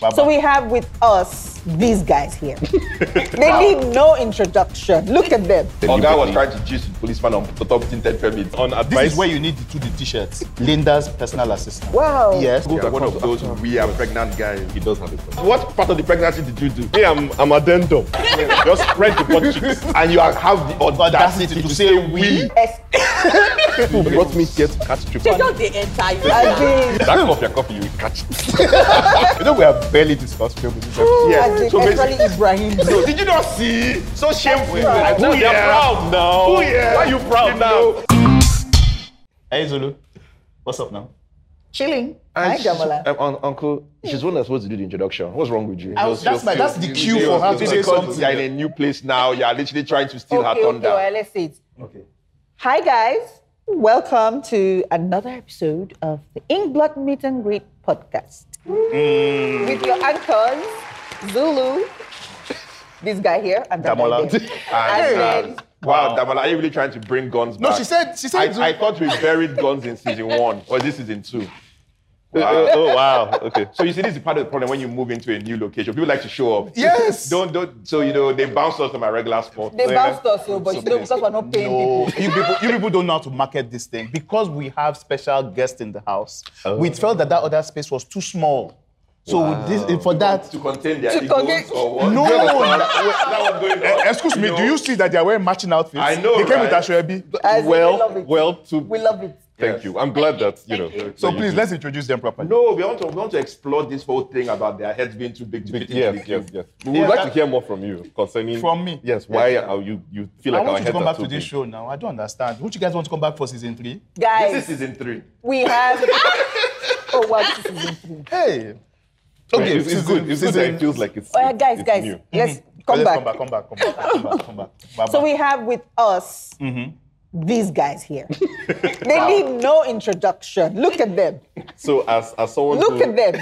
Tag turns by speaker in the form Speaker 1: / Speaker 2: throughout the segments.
Speaker 1: Baba.
Speaker 2: So we have with us these guys here. they need no introduction. Look at them.
Speaker 3: Oga was
Speaker 1: Deliberately.
Speaker 3: trying to gist with policeman on the top tinted permit.
Speaker 1: On
Speaker 3: a
Speaker 1: advice.
Speaker 4: This is where you need the two the t-shirts. Linda's personal assistant.
Speaker 2: Wow.
Speaker 4: Yes.
Speaker 3: you are one of those we are pregnant guys.
Speaker 1: He does have a point.
Speaker 3: What part of the pregnancy did you do?
Speaker 1: Me, I'm, I'm addendum. Just spread the butt cheeks.
Speaker 3: And you are- have the audacity to, say we.
Speaker 2: Yes.
Speaker 1: People brought me here to catch triple.
Speaker 5: Just the entire.
Speaker 2: As in,
Speaker 1: That cup of your coffee, you will catch. you know, we have barely discussed film in this episode.
Speaker 2: as in
Speaker 3: So
Speaker 2: actually
Speaker 3: basically,
Speaker 2: Ibrahim.
Speaker 3: so did you not see? So shameful.
Speaker 2: That's
Speaker 1: Now
Speaker 3: Who
Speaker 1: they
Speaker 3: here?
Speaker 1: are proud now.
Speaker 3: Who here?
Speaker 1: Why are you proud
Speaker 3: You
Speaker 1: now?
Speaker 3: know.
Speaker 4: Hey Zulu, what's up now?
Speaker 2: Chilling. Hi,
Speaker 6: she's-
Speaker 2: Jamola.
Speaker 6: um, un- uncle, she's the one that's supposed to do the introduction. What's wrong with you?
Speaker 4: was- that's my- that's the cue for her to say something.
Speaker 3: You are in a new place now. You are literally trying to steal
Speaker 2: okay,
Speaker 3: her
Speaker 2: okay,
Speaker 3: thunder.
Speaker 2: well, let's see it. Okay. Hi, guys. Welcome to another episode of the Inkblood Meet and Greet podcast
Speaker 3: Mm.
Speaker 2: with your anchors, Zulu, this guy here, and that guy
Speaker 4: Damola.
Speaker 2: there.
Speaker 3: And,
Speaker 2: And
Speaker 3: uh, wow, Damola, are you really trying to bring guns
Speaker 4: No,
Speaker 3: back?
Speaker 4: she said. She said.
Speaker 3: I, I thought we buried guns in season one, or is this season two?
Speaker 1: Uh, oh, wow. Okay.
Speaker 3: So you see, this is part of the problem when you move into a new location. People like to show up.
Speaker 4: yes.
Speaker 3: Don't don't. So you know they bounce us to my regular spot.
Speaker 2: they bounced us,
Speaker 4: oh,
Speaker 2: so, but you know, because we're not paying people.
Speaker 4: No, you people, you people don't know how to market this thing because we have special guests in the house. We felt that that other space was too small, so with this, for that.
Speaker 3: to contain their
Speaker 2: To
Speaker 3: egos
Speaker 2: contain-
Speaker 3: or what?
Speaker 4: No.
Speaker 3: You understand? that was going
Speaker 1: Eh,
Speaker 3: on.
Speaker 4: Excuse me,
Speaker 3: You
Speaker 4: do
Speaker 3: know?
Speaker 4: you see that they are wearing matching outfits?
Speaker 3: I know,
Speaker 4: They came
Speaker 3: right?
Speaker 4: with Ashwebi.
Speaker 2: As in, we love
Speaker 1: Well,
Speaker 2: it.
Speaker 1: well, to
Speaker 2: we love it.
Speaker 1: thank you. I'm glad that you know. that
Speaker 4: So
Speaker 1: you
Speaker 4: please,
Speaker 1: do.
Speaker 4: let's introduce them properly.
Speaker 3: No, we want to we want to explore this whole thing about their heads being too big to fit into the
Speaker 1: Yes,
Speaker 3: queue.
Speaker 1: yes, yes. We would
Speaker 4: Yeah,
Speaker 1: like
Speaker 4: that-
Speaker 1: to hear more from you concerning.
Speaker 4: From me?
Speaker 1: Yes. Why are you you feel
Speaker 4: I
Speaker 1: like our
Speaker 4: want you to
Speaker 1: heads
Speaker 4: come
Speaker 1: are
Speaker 4: back
Speaker 1: too
Speaker 4: to this
Speaker 1: big?
Speaker 4: show now. I don't understand. Would you guys want to come back for season three?
Speaker 2: Guys,
Speaker 3: This is season three.
Speaker 2: we have. oh, wow, this is interesting.
Speaker 4: Hey.
Speaker 1: Okay, it's, it's
Speaker 4: season-
Speaker 1: good. It's good that
Speaker 4: season-
Speaker 1: it feels like it's.
Speaker 2: Oh, yeah, guys,
Speaker 1: it's
Speaker 2: guys,
Speaker 1: new.
Speaker 2: let's
Speaker 4: Let's
Speaker 2: come back.
Speaker 4: come back, come back, come back, come back, come back. Baba.
Speaker 2: So we have with us these guys here. they need no introduction. Look at them.
Speaker 1: So as as someone
Speaker 2: Look
Speaker 1: who,
Speaker 2: at them.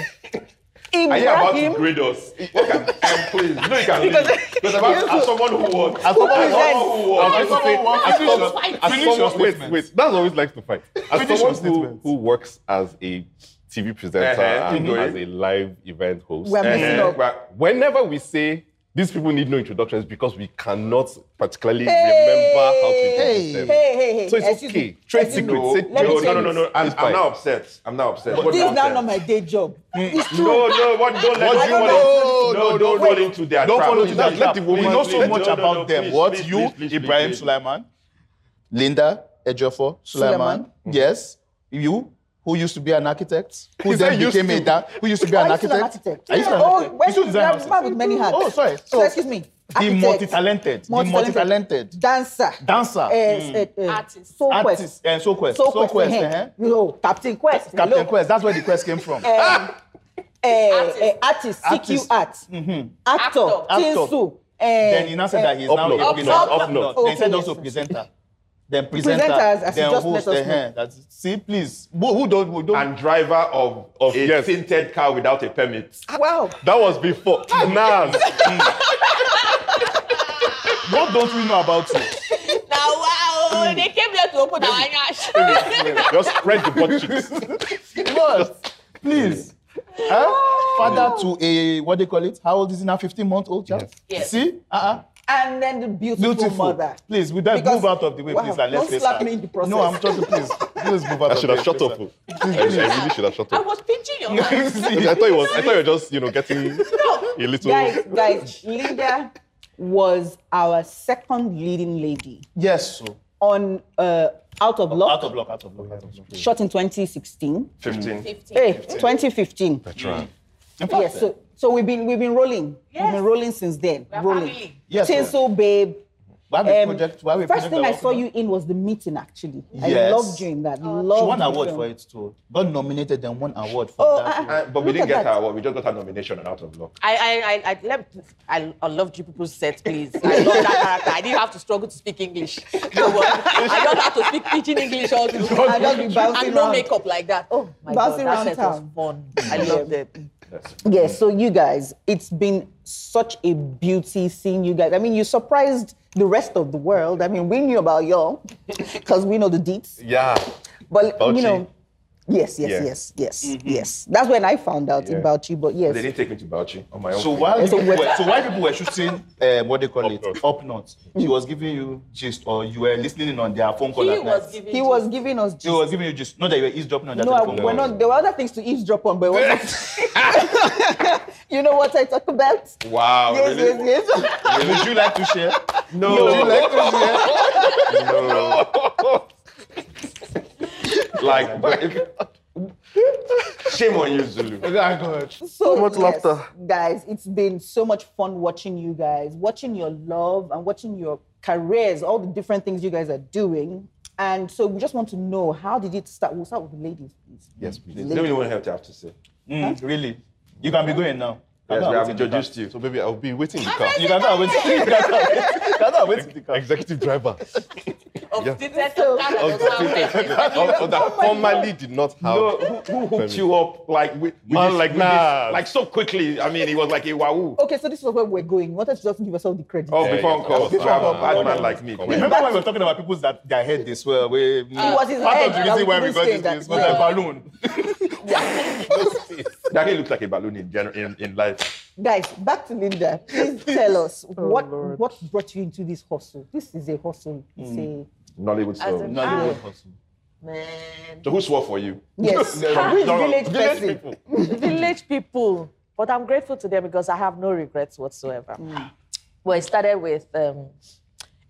Speaker 3: Are you about
Speaker 2: Ibrahim,
Speaker 3: to grade us? What can, um, please, no, you can leave.
Speaker 2: Because-
Speaker 3: Because about as someone who wants.
Speaker 4: As someone
Speaker 3: as
Speaker 4: who
Speaker 3: someone
Speaker 4: wants- as
Speaker 3: who wants.
Speaker 4: someone who wants-
Speaker 1: as
Speaker 4: Finish your-
Speaker 1: someone, as
Speaker 4: finish your
Speaker 1: someone wait,
Speaker 4: statement.
Speaker 1: wait, that's always likes to fight. As
Speaker 4: Finish your
Speaker 1: someone who,
Speaker 4: statement. Mm-hmm.
Speaker 1: who works as a TV presenter
Speaker 3: Uh-huh,
Speaker 1: and
Speaker 3: keep going.
Speaker 1: as a live event host,
Speaker 2: We're messing
Speaker 4: Uh-huh.
Speaker 3: Uh,
Speaker 2: up.
Speaker 3: right.
Speaker 1: whenever we say these people need no introductions because we cannot particularly remember how to introduce them.
Speaker 2: Hey, hey, hey.
Speaker 1: So it's
Speaker 2: Excuse
Speaker 1: okay.
Speaker 2: me.
Speaker 1: Trade
Speaker 2: Excuse
Speaker 1: secrets.
Speaker 3: No,
Speaker 1: Say
Speaker 2: Let me
Speaker 3: no,
Speaker 1: trade
Speaker 2: tell
Speaker 3: no, no, no,
Speaker 1: secrets.
Speaker 3: no. I'm,
Speaker 1: It's
Speaker 3: I'm
Speaker 1: fine.
Speaker 3: now upset. I'm now upset.
Speaker 2: Me.
Speaker 3: What
Speaker 2: This is now
Speaker 3: nonsense?
Speaker 2: not my day job. It's true.
Speaker 3: No, no, what, don't let
Speaker 4: What
Speaker 3: them-
Speaker 2: you-
Speaker 3: no,
Speaker 4: no,
Speaker 3: no,
Speaker 4: no,
Speaker 3: don't
Speaker 4: no.
Speaker 3: fall into their
Speaker 4: Don't
Speaker 3: trap.
Speaker 4: fall into
Speaker 3: Please,
Speaker 4: that trap.
Speaker 3: please,
Speaker 4: we know
Speaker 3: please,
Speaker 4: so
Speaker 3: please,
Speaker 4: much
Speaker 3: no, no,
Speaker 4: about
Speaker 3: no,
Speaker 4: them.
Speaker 3: please,
Speaker 4: what
Speaker 3: please,
Speaker 4: you,
Speaker 3: please, please, please,
Speaker 4: Ibrahim
Speaker 3: please.
Speaker 4: Sulaiman, Linda Ejofor Sulaiman. Yes, you who used to be an architect, who
Speaker 1: said
Speaker 4: then
Speaker 1: used
Speaker 4: became a
Speaker 1: to.
Speaker 4: da- who used to be
Speaker 2: Oh,
Speaker 4: an
Speaker 2: I used to be an
Speaker 4: architect.
Speaker 2: architect.
Speaker 4: I used to be an
Speaker 2: Oh,
Speaker 4: architect.
Speaker 2: when
Speaker 4: He used to
Speaker 2: you
Speaker 4: design
Speaker 2: grab
Speaker 4: houses.
Speaker 2: man with many hats.
Speaker 4: Oh, sorry.
Speaker 2: So excuse me,
Speaker 4: The
Speaker 2: architect.
Speaker 4: multi-talented, the multi-talented,
Speaker 2: Dancer.
Speaker 4: dancer, Hmm.
Speaker 2: Eh, eh, eh,
Speaker 5: Artist.
Speaker 2: Soul
Speaker 4: artist,
Speaker 2: Quest.
Speaker 4: and so quest,
Speaker 2: Soul Quest.
Speaker 4: quest,
Speaker 2: eh,
Speaker 4: eh?
Speaker 2: You know, Captain Quest.
Speaker 4: Captain
Speaker 2: hello.
Speaker 4: Quest. That's where the quest came from.
Speaker 2: um,
Speaker 5: Artist.
Speaker 2: uh, artist, CQ
Speaker 4: Artist. Mm-hmm.
Speaker 2: art, actor,
Speaker 5: Actor.
Speaker 2: Tinsu. Uh,
Speaker 4: Then he now said that he's now
Speaker 1: Upload,
Speaker 4: a
Speaker 1: upload,
Speaker 4: presenter.
Speaker 5: upload.
Speaker 4: Upload.
Speaker 2: Okay,
Speaker 4: Then he said
Speaker 2: yes,
Speaker 4: also
Speaker 2: yes.
Speaker 4: presenter. Then presenter.
Speaker 2: Presenters, as you
Speaker 4: then
Speaker 2: just
Speaker 4: host.
Speaker 2: let
Speaker 4: eh,
Speaker 2: us know.
Speaker 4: that's, see, please. Who, who don't? Who don't?
Speaker 3: And driver of, of a
Speaker 1: yes.
Speaker 3: tinted car without a permit.
Speaker 2: Wow.
Speaker 1: That was before. Nas.
Speaker 4: what don't we know about you?
Speaker 5: Now, wow, they came here to open our eyes.
Speaker 1: Just spread the butt cheeks.
Speaker 4: What? Please. Huh? Father to a what they call it? How old is he now? 15 month old child.
Speaker 5: Yes.
Speaker 4: See? Uh-uh.
Speaker 2: And then the beautiful,
Speaker 4: Beautiful.
Speaker 2: mother.
Speaker 4: Please, we don't
Speaker 2: Because-
Speaker 4: move out of the way,
Speaker 2: Wow,
Speaker 4: please, and let's
Speaker 2: don't
Speaker 4: face
Speaker 2: slap
Speaker 4: her.
Speaker 2: me in the process.
Speaker 4: No, I'm talking, please. Please move out
Speaker 1: I
Speaker 4: of
Speaker 1: should
Speaker 4: the
Speaker 1: have shut
Speaker 4: way,
Speaker 1: up.
Speaker 4: please,
Speaker 1: I, I really should have shut
Speaker 5: I
Speaker 1: up.
Speaker 5: was pinching your hand.
Speaker 4: sir.
Speaker 1: I thought it was. I thought you were just, you know, getting a little.
Speaker 2: Guys, guys, Linda was our second leading lady
Speaker 4: Yes. So,
Speaker 2: on uh, Out of Luck,
Speaker 4: out of luck, out of luck, out of luck.
Speaker 2: shot in 2016.
Speaker 3: 15.
Speaker 5: 15.
Speaker 2: Hey, 2015.
Speaker 1: Try.
Speaker 4: In fact,
Speaker 2: Yes, so, so we've been we've been rolling. We've
Speaker 5: Yes.
Speaker 2: been rolling since then.
Speaker 5: We're
Speaker 2: rolling.
Speaker 5: family.
Speaker 4: Yes,
Speaker 2: Tinsel, babe.
Speaker 4: we have a
Speaker 2: Um,
Speaker 4: project. We have a
Speaker 2: first
Speaker 4: project
Speaker 2: thing
Speaker 4: we're
Speaker 2: I saw
Speaker 4: working on.
Speaker 2: you in was the meeting, actually. I
Speaker 4: Yes.
Speaker 2: loved you in that.
Speaker 5: Oh.
Speaker 4: She
Speaker 2: loved
Speaker 4: won
Speaker 2: you.
Speaker 4: award for it too. God nominated and won award for
Speaker 2: Oh,
Speaker 4: that.
Speaker 2: uh-uh.
Speaker 3: Uh, but we
Speaker 2: Look
Speaker 3: didn't
Speaker 2: at
Speaker 3: get
Speaker 2: that.
Speaker 3: her award. We just got her nomination and out of luck.
Speaker 5: I, I, I, I, let, I, I loved you people's set, please. I love that character. I didn't have to struggle to speak English. No worry. I don't have to speak teaching English all the time.
Speaker 2: I'll just be bouncing
Speaker 5: And no
Speaker 2: around.
Speaker 5: makeup like that. Oh, my
Speaker 2: Bouncing
Speaker 5: God,
Speaker 2: around
Speaker 5: that set was fun. I loved it.
Speaker 2: Yes, so you guys, it's been such a beauty seeing you guys. I mean, you surprised the rest of the world. I mean, we knew about y'all because we know the deets,
Speaker 1: Yeah.
Speaker 2: but you
Speaker 1: Fauci.
Speaker 2: know, Yes, yes,
Speaker 1: Yeah.
Speaker 2: yes, yes, yes. That's when I found out about you, but yes.
Speaker 3: They didn't take me to Bauchi on my own.
Speaker 4: So
Speaker 3: thing.
Speaker 4: while
Speaker 2: It's a
Speaker 4: people
Speaker 2: wet-
Speaker 4: were, so while people were shooting, uh, what they call it, up north, she was giving you gist, or you were listening in on their phone call.
Speaker 5: He
Speaker 4: at
Speaker 5: was
Speaker 4: night.
Speaker 5: giving.
Speaker 2: He was giving us
Speaker 4: She was giving you gist. Not that you were eavesdropping on their
Speaker 2: No, I,
Speaker 4: telephone
Speaker 2: we're
Speaker 4: call.
Speaker 2: not. There were other things to eavesdrop on, but we're not. you know what I talk about?
Speaker 3: Wow.
Speaker 2: Yes,
Speaker 3: really?
Speaker 2: yes, yes.
Speaker 4: Would you like to share?
Speaker 3: Like, but if- shame on you, Zulu.
Speaker 2: so
Speaker 6: much
Speaker 2: yes,
Speaker 6: laughter.
Speaker 2: guys. It's been so much fun watching you guys, watching your love and watching your careers, all the different things you guys are doing. And so we just want to know how did it start? We'll start with the ladies, please.
Speaker 3: Yes, please. Let me know what I have to have to say.
Speaker 4: Mm, really? You can be going now.
Speaker 3: Yes,
Speaker 4: I'm not
Speaker 3: we have
Speaker 4: waiting in the
Speaker 3: introduced you.
Speaker 1: So maybe I'll be waiting in the car.
Speaker 4: car. You cannot wait. You cannot wait. You cannot wait.
Speaker 1: Executive driver.
Speaker 5: of the
Speaker 2: So-
Speaker 1: Or- or
Speaker 4: Oh
Speaker 1: that formerly did not have.
Speaker 3: No, who, who hooked you up like with, with
Speaker 1: Man, like,
Speaker 3: with
Speaker 1: nah.
Speaker 3: like so quickly? I mean, he was like a wahoo.
Speaker 2: Okay, so this was where we're going. You wanted to just give yourself the credit.
Speaker 3: Oh,
Speaker 1: yeah,
Speaker 3: before
Speaker 1: yeah.
Speaker 3: uncle,
Speaker 1: Before
Speaker 3: I'm a
Speaker 1: uncle.
Speaker 3: bad man like me.
Speaker 4: Remember when we were talking about people that their head this well? We,
Speaker 2: it was his
Speaker 4: part
Speaker 2: head
Speaker 4: of the
Speaker 2: that
Speaker 4: reason
Speaker 2: we
Speaker 4: why we
Speaker 2: couldn't
Speaker 4: got this
Speaker 2: stay that
Speaker 4: place was a
Speaker 2: well.
Speaker 4: balloon.
Speaker 3: That he looked like a balloon in general in, in life.
Speaker 2: Guys, back to Linda. Please tell us
Speaker 5: Oh,
Speaker 2: what what brought you into this hustle. This is a hustle. It's
Speaker 4: Hmm.
Speaker 2: a
Speaker 3: Nollywood
Speaker 5: a-
Speaker 3: so.
Speaker 5: No,
Speaker 2: ah. Oh,
Speaker 5: you won't
Speaker 4: From
Speaker 5: Man,
Speaker 3: So who swore for you?
Speaker 2: yes.
Speaker 3: No,
Speaker 2: Which
Speaker 3: no, no.
Speaker 2: village
Speaker 3: Village
Speaker 2: person?
Speaker 3: people.
Speaker 5: village people. But I'm grateful to them because I have no regrets whatsoever. Well, I started with um,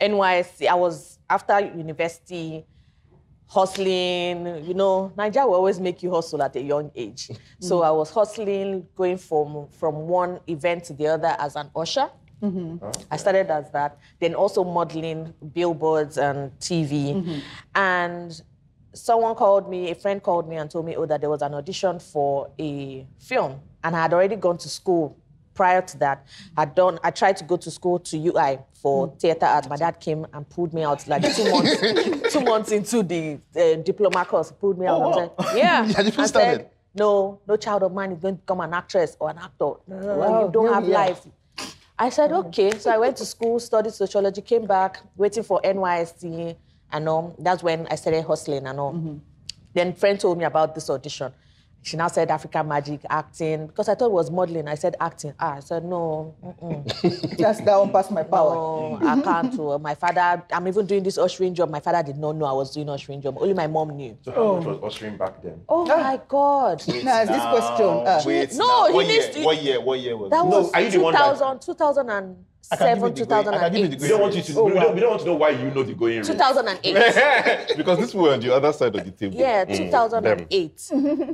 Speaker 5: NYSC. I was after university, hustling. You know, Nigeria will always make you hustle at a young age. So I was hustling, going from from one event to the other as an usher. I started as that, then also modeling billboards and TV.
Speaker 4: Mm-hmm.
Speaker 5: And someone called me, a friend called me and told me, oh, that there was an audition for a film. And I had already gone to school prior to that.
Speaker 4: Mm-hmm.
Speaker 5: I'd done, I tried to go to school to UI for theater art. My dad came and pulled me out like two months, two months into the uh, diploma course, pulled me out.
Speaker 4: Oh,
Speaker 5: and
Speaker 4: wow.
Speaker 5: said, yeah.
Speaker 4: You had
Speaker 5: and
Speaker 4: even
Speaker 5: said,
Speaker 4: started?
Speaker 5: no, no child of mine is going to become an actress or an actor. No, no, no, Mm.
Speaker 2: Wow,
Speaker 5: you don't
Speaker 2: yeah,
Speaker 5: have
Speaker 2: yeah.
Speaker 5: life. I said, okay. So I went to school, studied sociology, came back, waiting for NYSC and all. That's when I started hustling and all. Then friend told me about this audition. She now said African magic, acting, because I thought it was modeling. I said acting. Ah, I said, no,
Speaker 2: That's that one past my power.
Speaker 5: no, I can't. do. My father, I'm even doing this ushering job. My father did not know I was doing ushering job. Only my mom knew.
Speaker 3: So how much was ushering back then?
Speaker 5: Oh my God.
Speaker 2: Now, is this question? Uh,
Speaker 4: Wait.
Speaker 5: No,
Speaker 4: now.
Speaker 5: he
Speaker 4: what
Speaker 5: needs
Speaker 4: year?
Speaker 5: to-
Speaker 4: What year? What year was
Speaker 5: That
Speaker 4: it?
Speaker 5: was
Speaker 3: are you the one that-
Speaker 5: 2000, 2007,
Speaker 4: degree. I can give you the
Speaker 5: 2008.
Speaker 4: grade.
Speaker 3: We don't want you to.
Speaker 4: Oh,
Speaker 3: we, don't, we don't want to know why you know the going rate.
Speaker 5: 2008.
Speaker 4: Mm,
Speaker 1: because this were on the other side of the table.
Speaker 5: Yeah,
Speaker 1: Mm, them.
Speaker 5: 2008.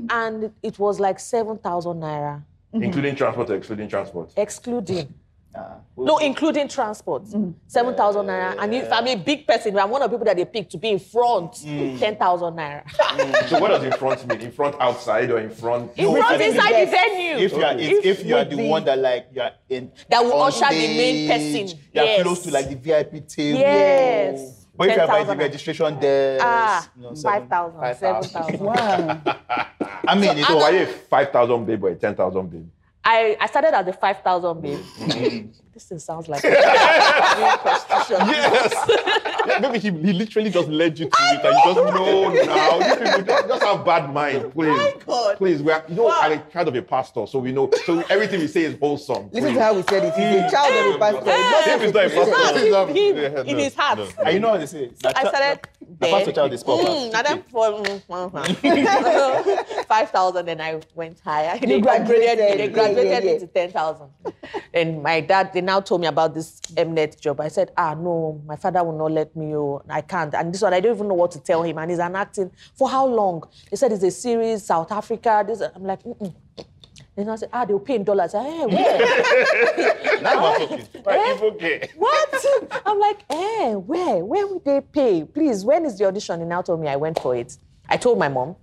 Speaker 5: and it was like 7,000 naira,
Speaker 3: including transport or excluding transport.
Speaker 5: excluding.
Speaker 4: Ah,
Speaker 5: No, including transport, 7,000 naira. And if I'm a big person, I'm one of the people that they pick to be in front,
Speaker 4: Mm.
Speaker 5: 10,000 naira.
Speaker 3: So what does in front mean? In front outside or in front?
Speaker 5: in
Speaker 4: I
Speaker 5: front
Speaker 4: think
Speaker 5: inside
Speaker 2: yes.
Speaker 5: the venue.
Speaker 4: if you are
Speaker 5: If
Speaker 4: if, if you are
Speaker 2: we
Speaker 4: the
Speaker 2: be-
Speaker 4: one that like you are in
Speaker 5: That will
Speaker 4: on
Speaker 5: usher the main
Speaker 4: stage,
Speaker 5: person.
Speaker 4: you are
Speaker 5: Yes.
Speaker 4: close to like the VIP table.
Speaker 5: Yes.
Speaker 4: But if you are by the
Speaker 5: 10,000.
Speaker 4: registration desk,
Speaker 5: ah,
Speaker 4: you know, seven-
Speaker 5: 5,000, 7,000.
Speaker 2: Wow.
Speaker 4: I mean, it's
Speaker 3: So why a five thousand babe or a ten thousand babe?
Speaker 5: I, I started at the 5,000 babe.
Speaker 4: Mm.
Speaker 5: this thing sounds like prostitution.
Speaker 1: Yeah, maybe he, he literally just led you to it and you just know.
Speaker 3: No, now you people just, just have bad mind, please.
Speaker 5: God.
Speaker 3: Please, we are. You know,
Speaker 5: Wow.
Speaker 3: I'm a child of a pastor, so we know. So everything we say is wholesome.
Speaker 2: Listen
Speaker 3: please.
Speaker 2: to how we said it.
Speaker 4: Hmm.
Speaker 2: He's a child of a pastor. Not
Speaker 1: If it's not a pastor,
Speaker 5: That's
Speaker 1: it's not-
Speaker 5: him
Speaker 1: yeah,
Speaker 5: in
Speaker 1: no,
Speaker 5: his heart.
Speaker 1: no.
Speaker 4: And you know what they say?
Speaker 5: So I started
Speaker 4: The pastor
Speaker 5: there.
Speaker 4: child is poor.
Speaker 5: Mm, na dem for mm, mm, mm. 5,000, then I went higher. They
Speaker 2: graduated.
Speaker 5: They graduated
Speaker 2: Yeah, yeah, yeah.
Speaker 5: me to 10,000. and my dad, they now told me about this Mnet job. I said, ah, no, my father will not let me. Oh, I can't. And this one, I don't even know what to tell him. And he's an acting. For how long? They said, it's a series, South Africa. This, I'm like, mm-mm. Then I said, ah, they'll pay in dollars. I said, hey, where?
Speaker 1: It's okay.
Speaker 5: what? I'm like, eh, where? Where would they pay? Please, when is the audition? And now told me I went for it. I told my mom.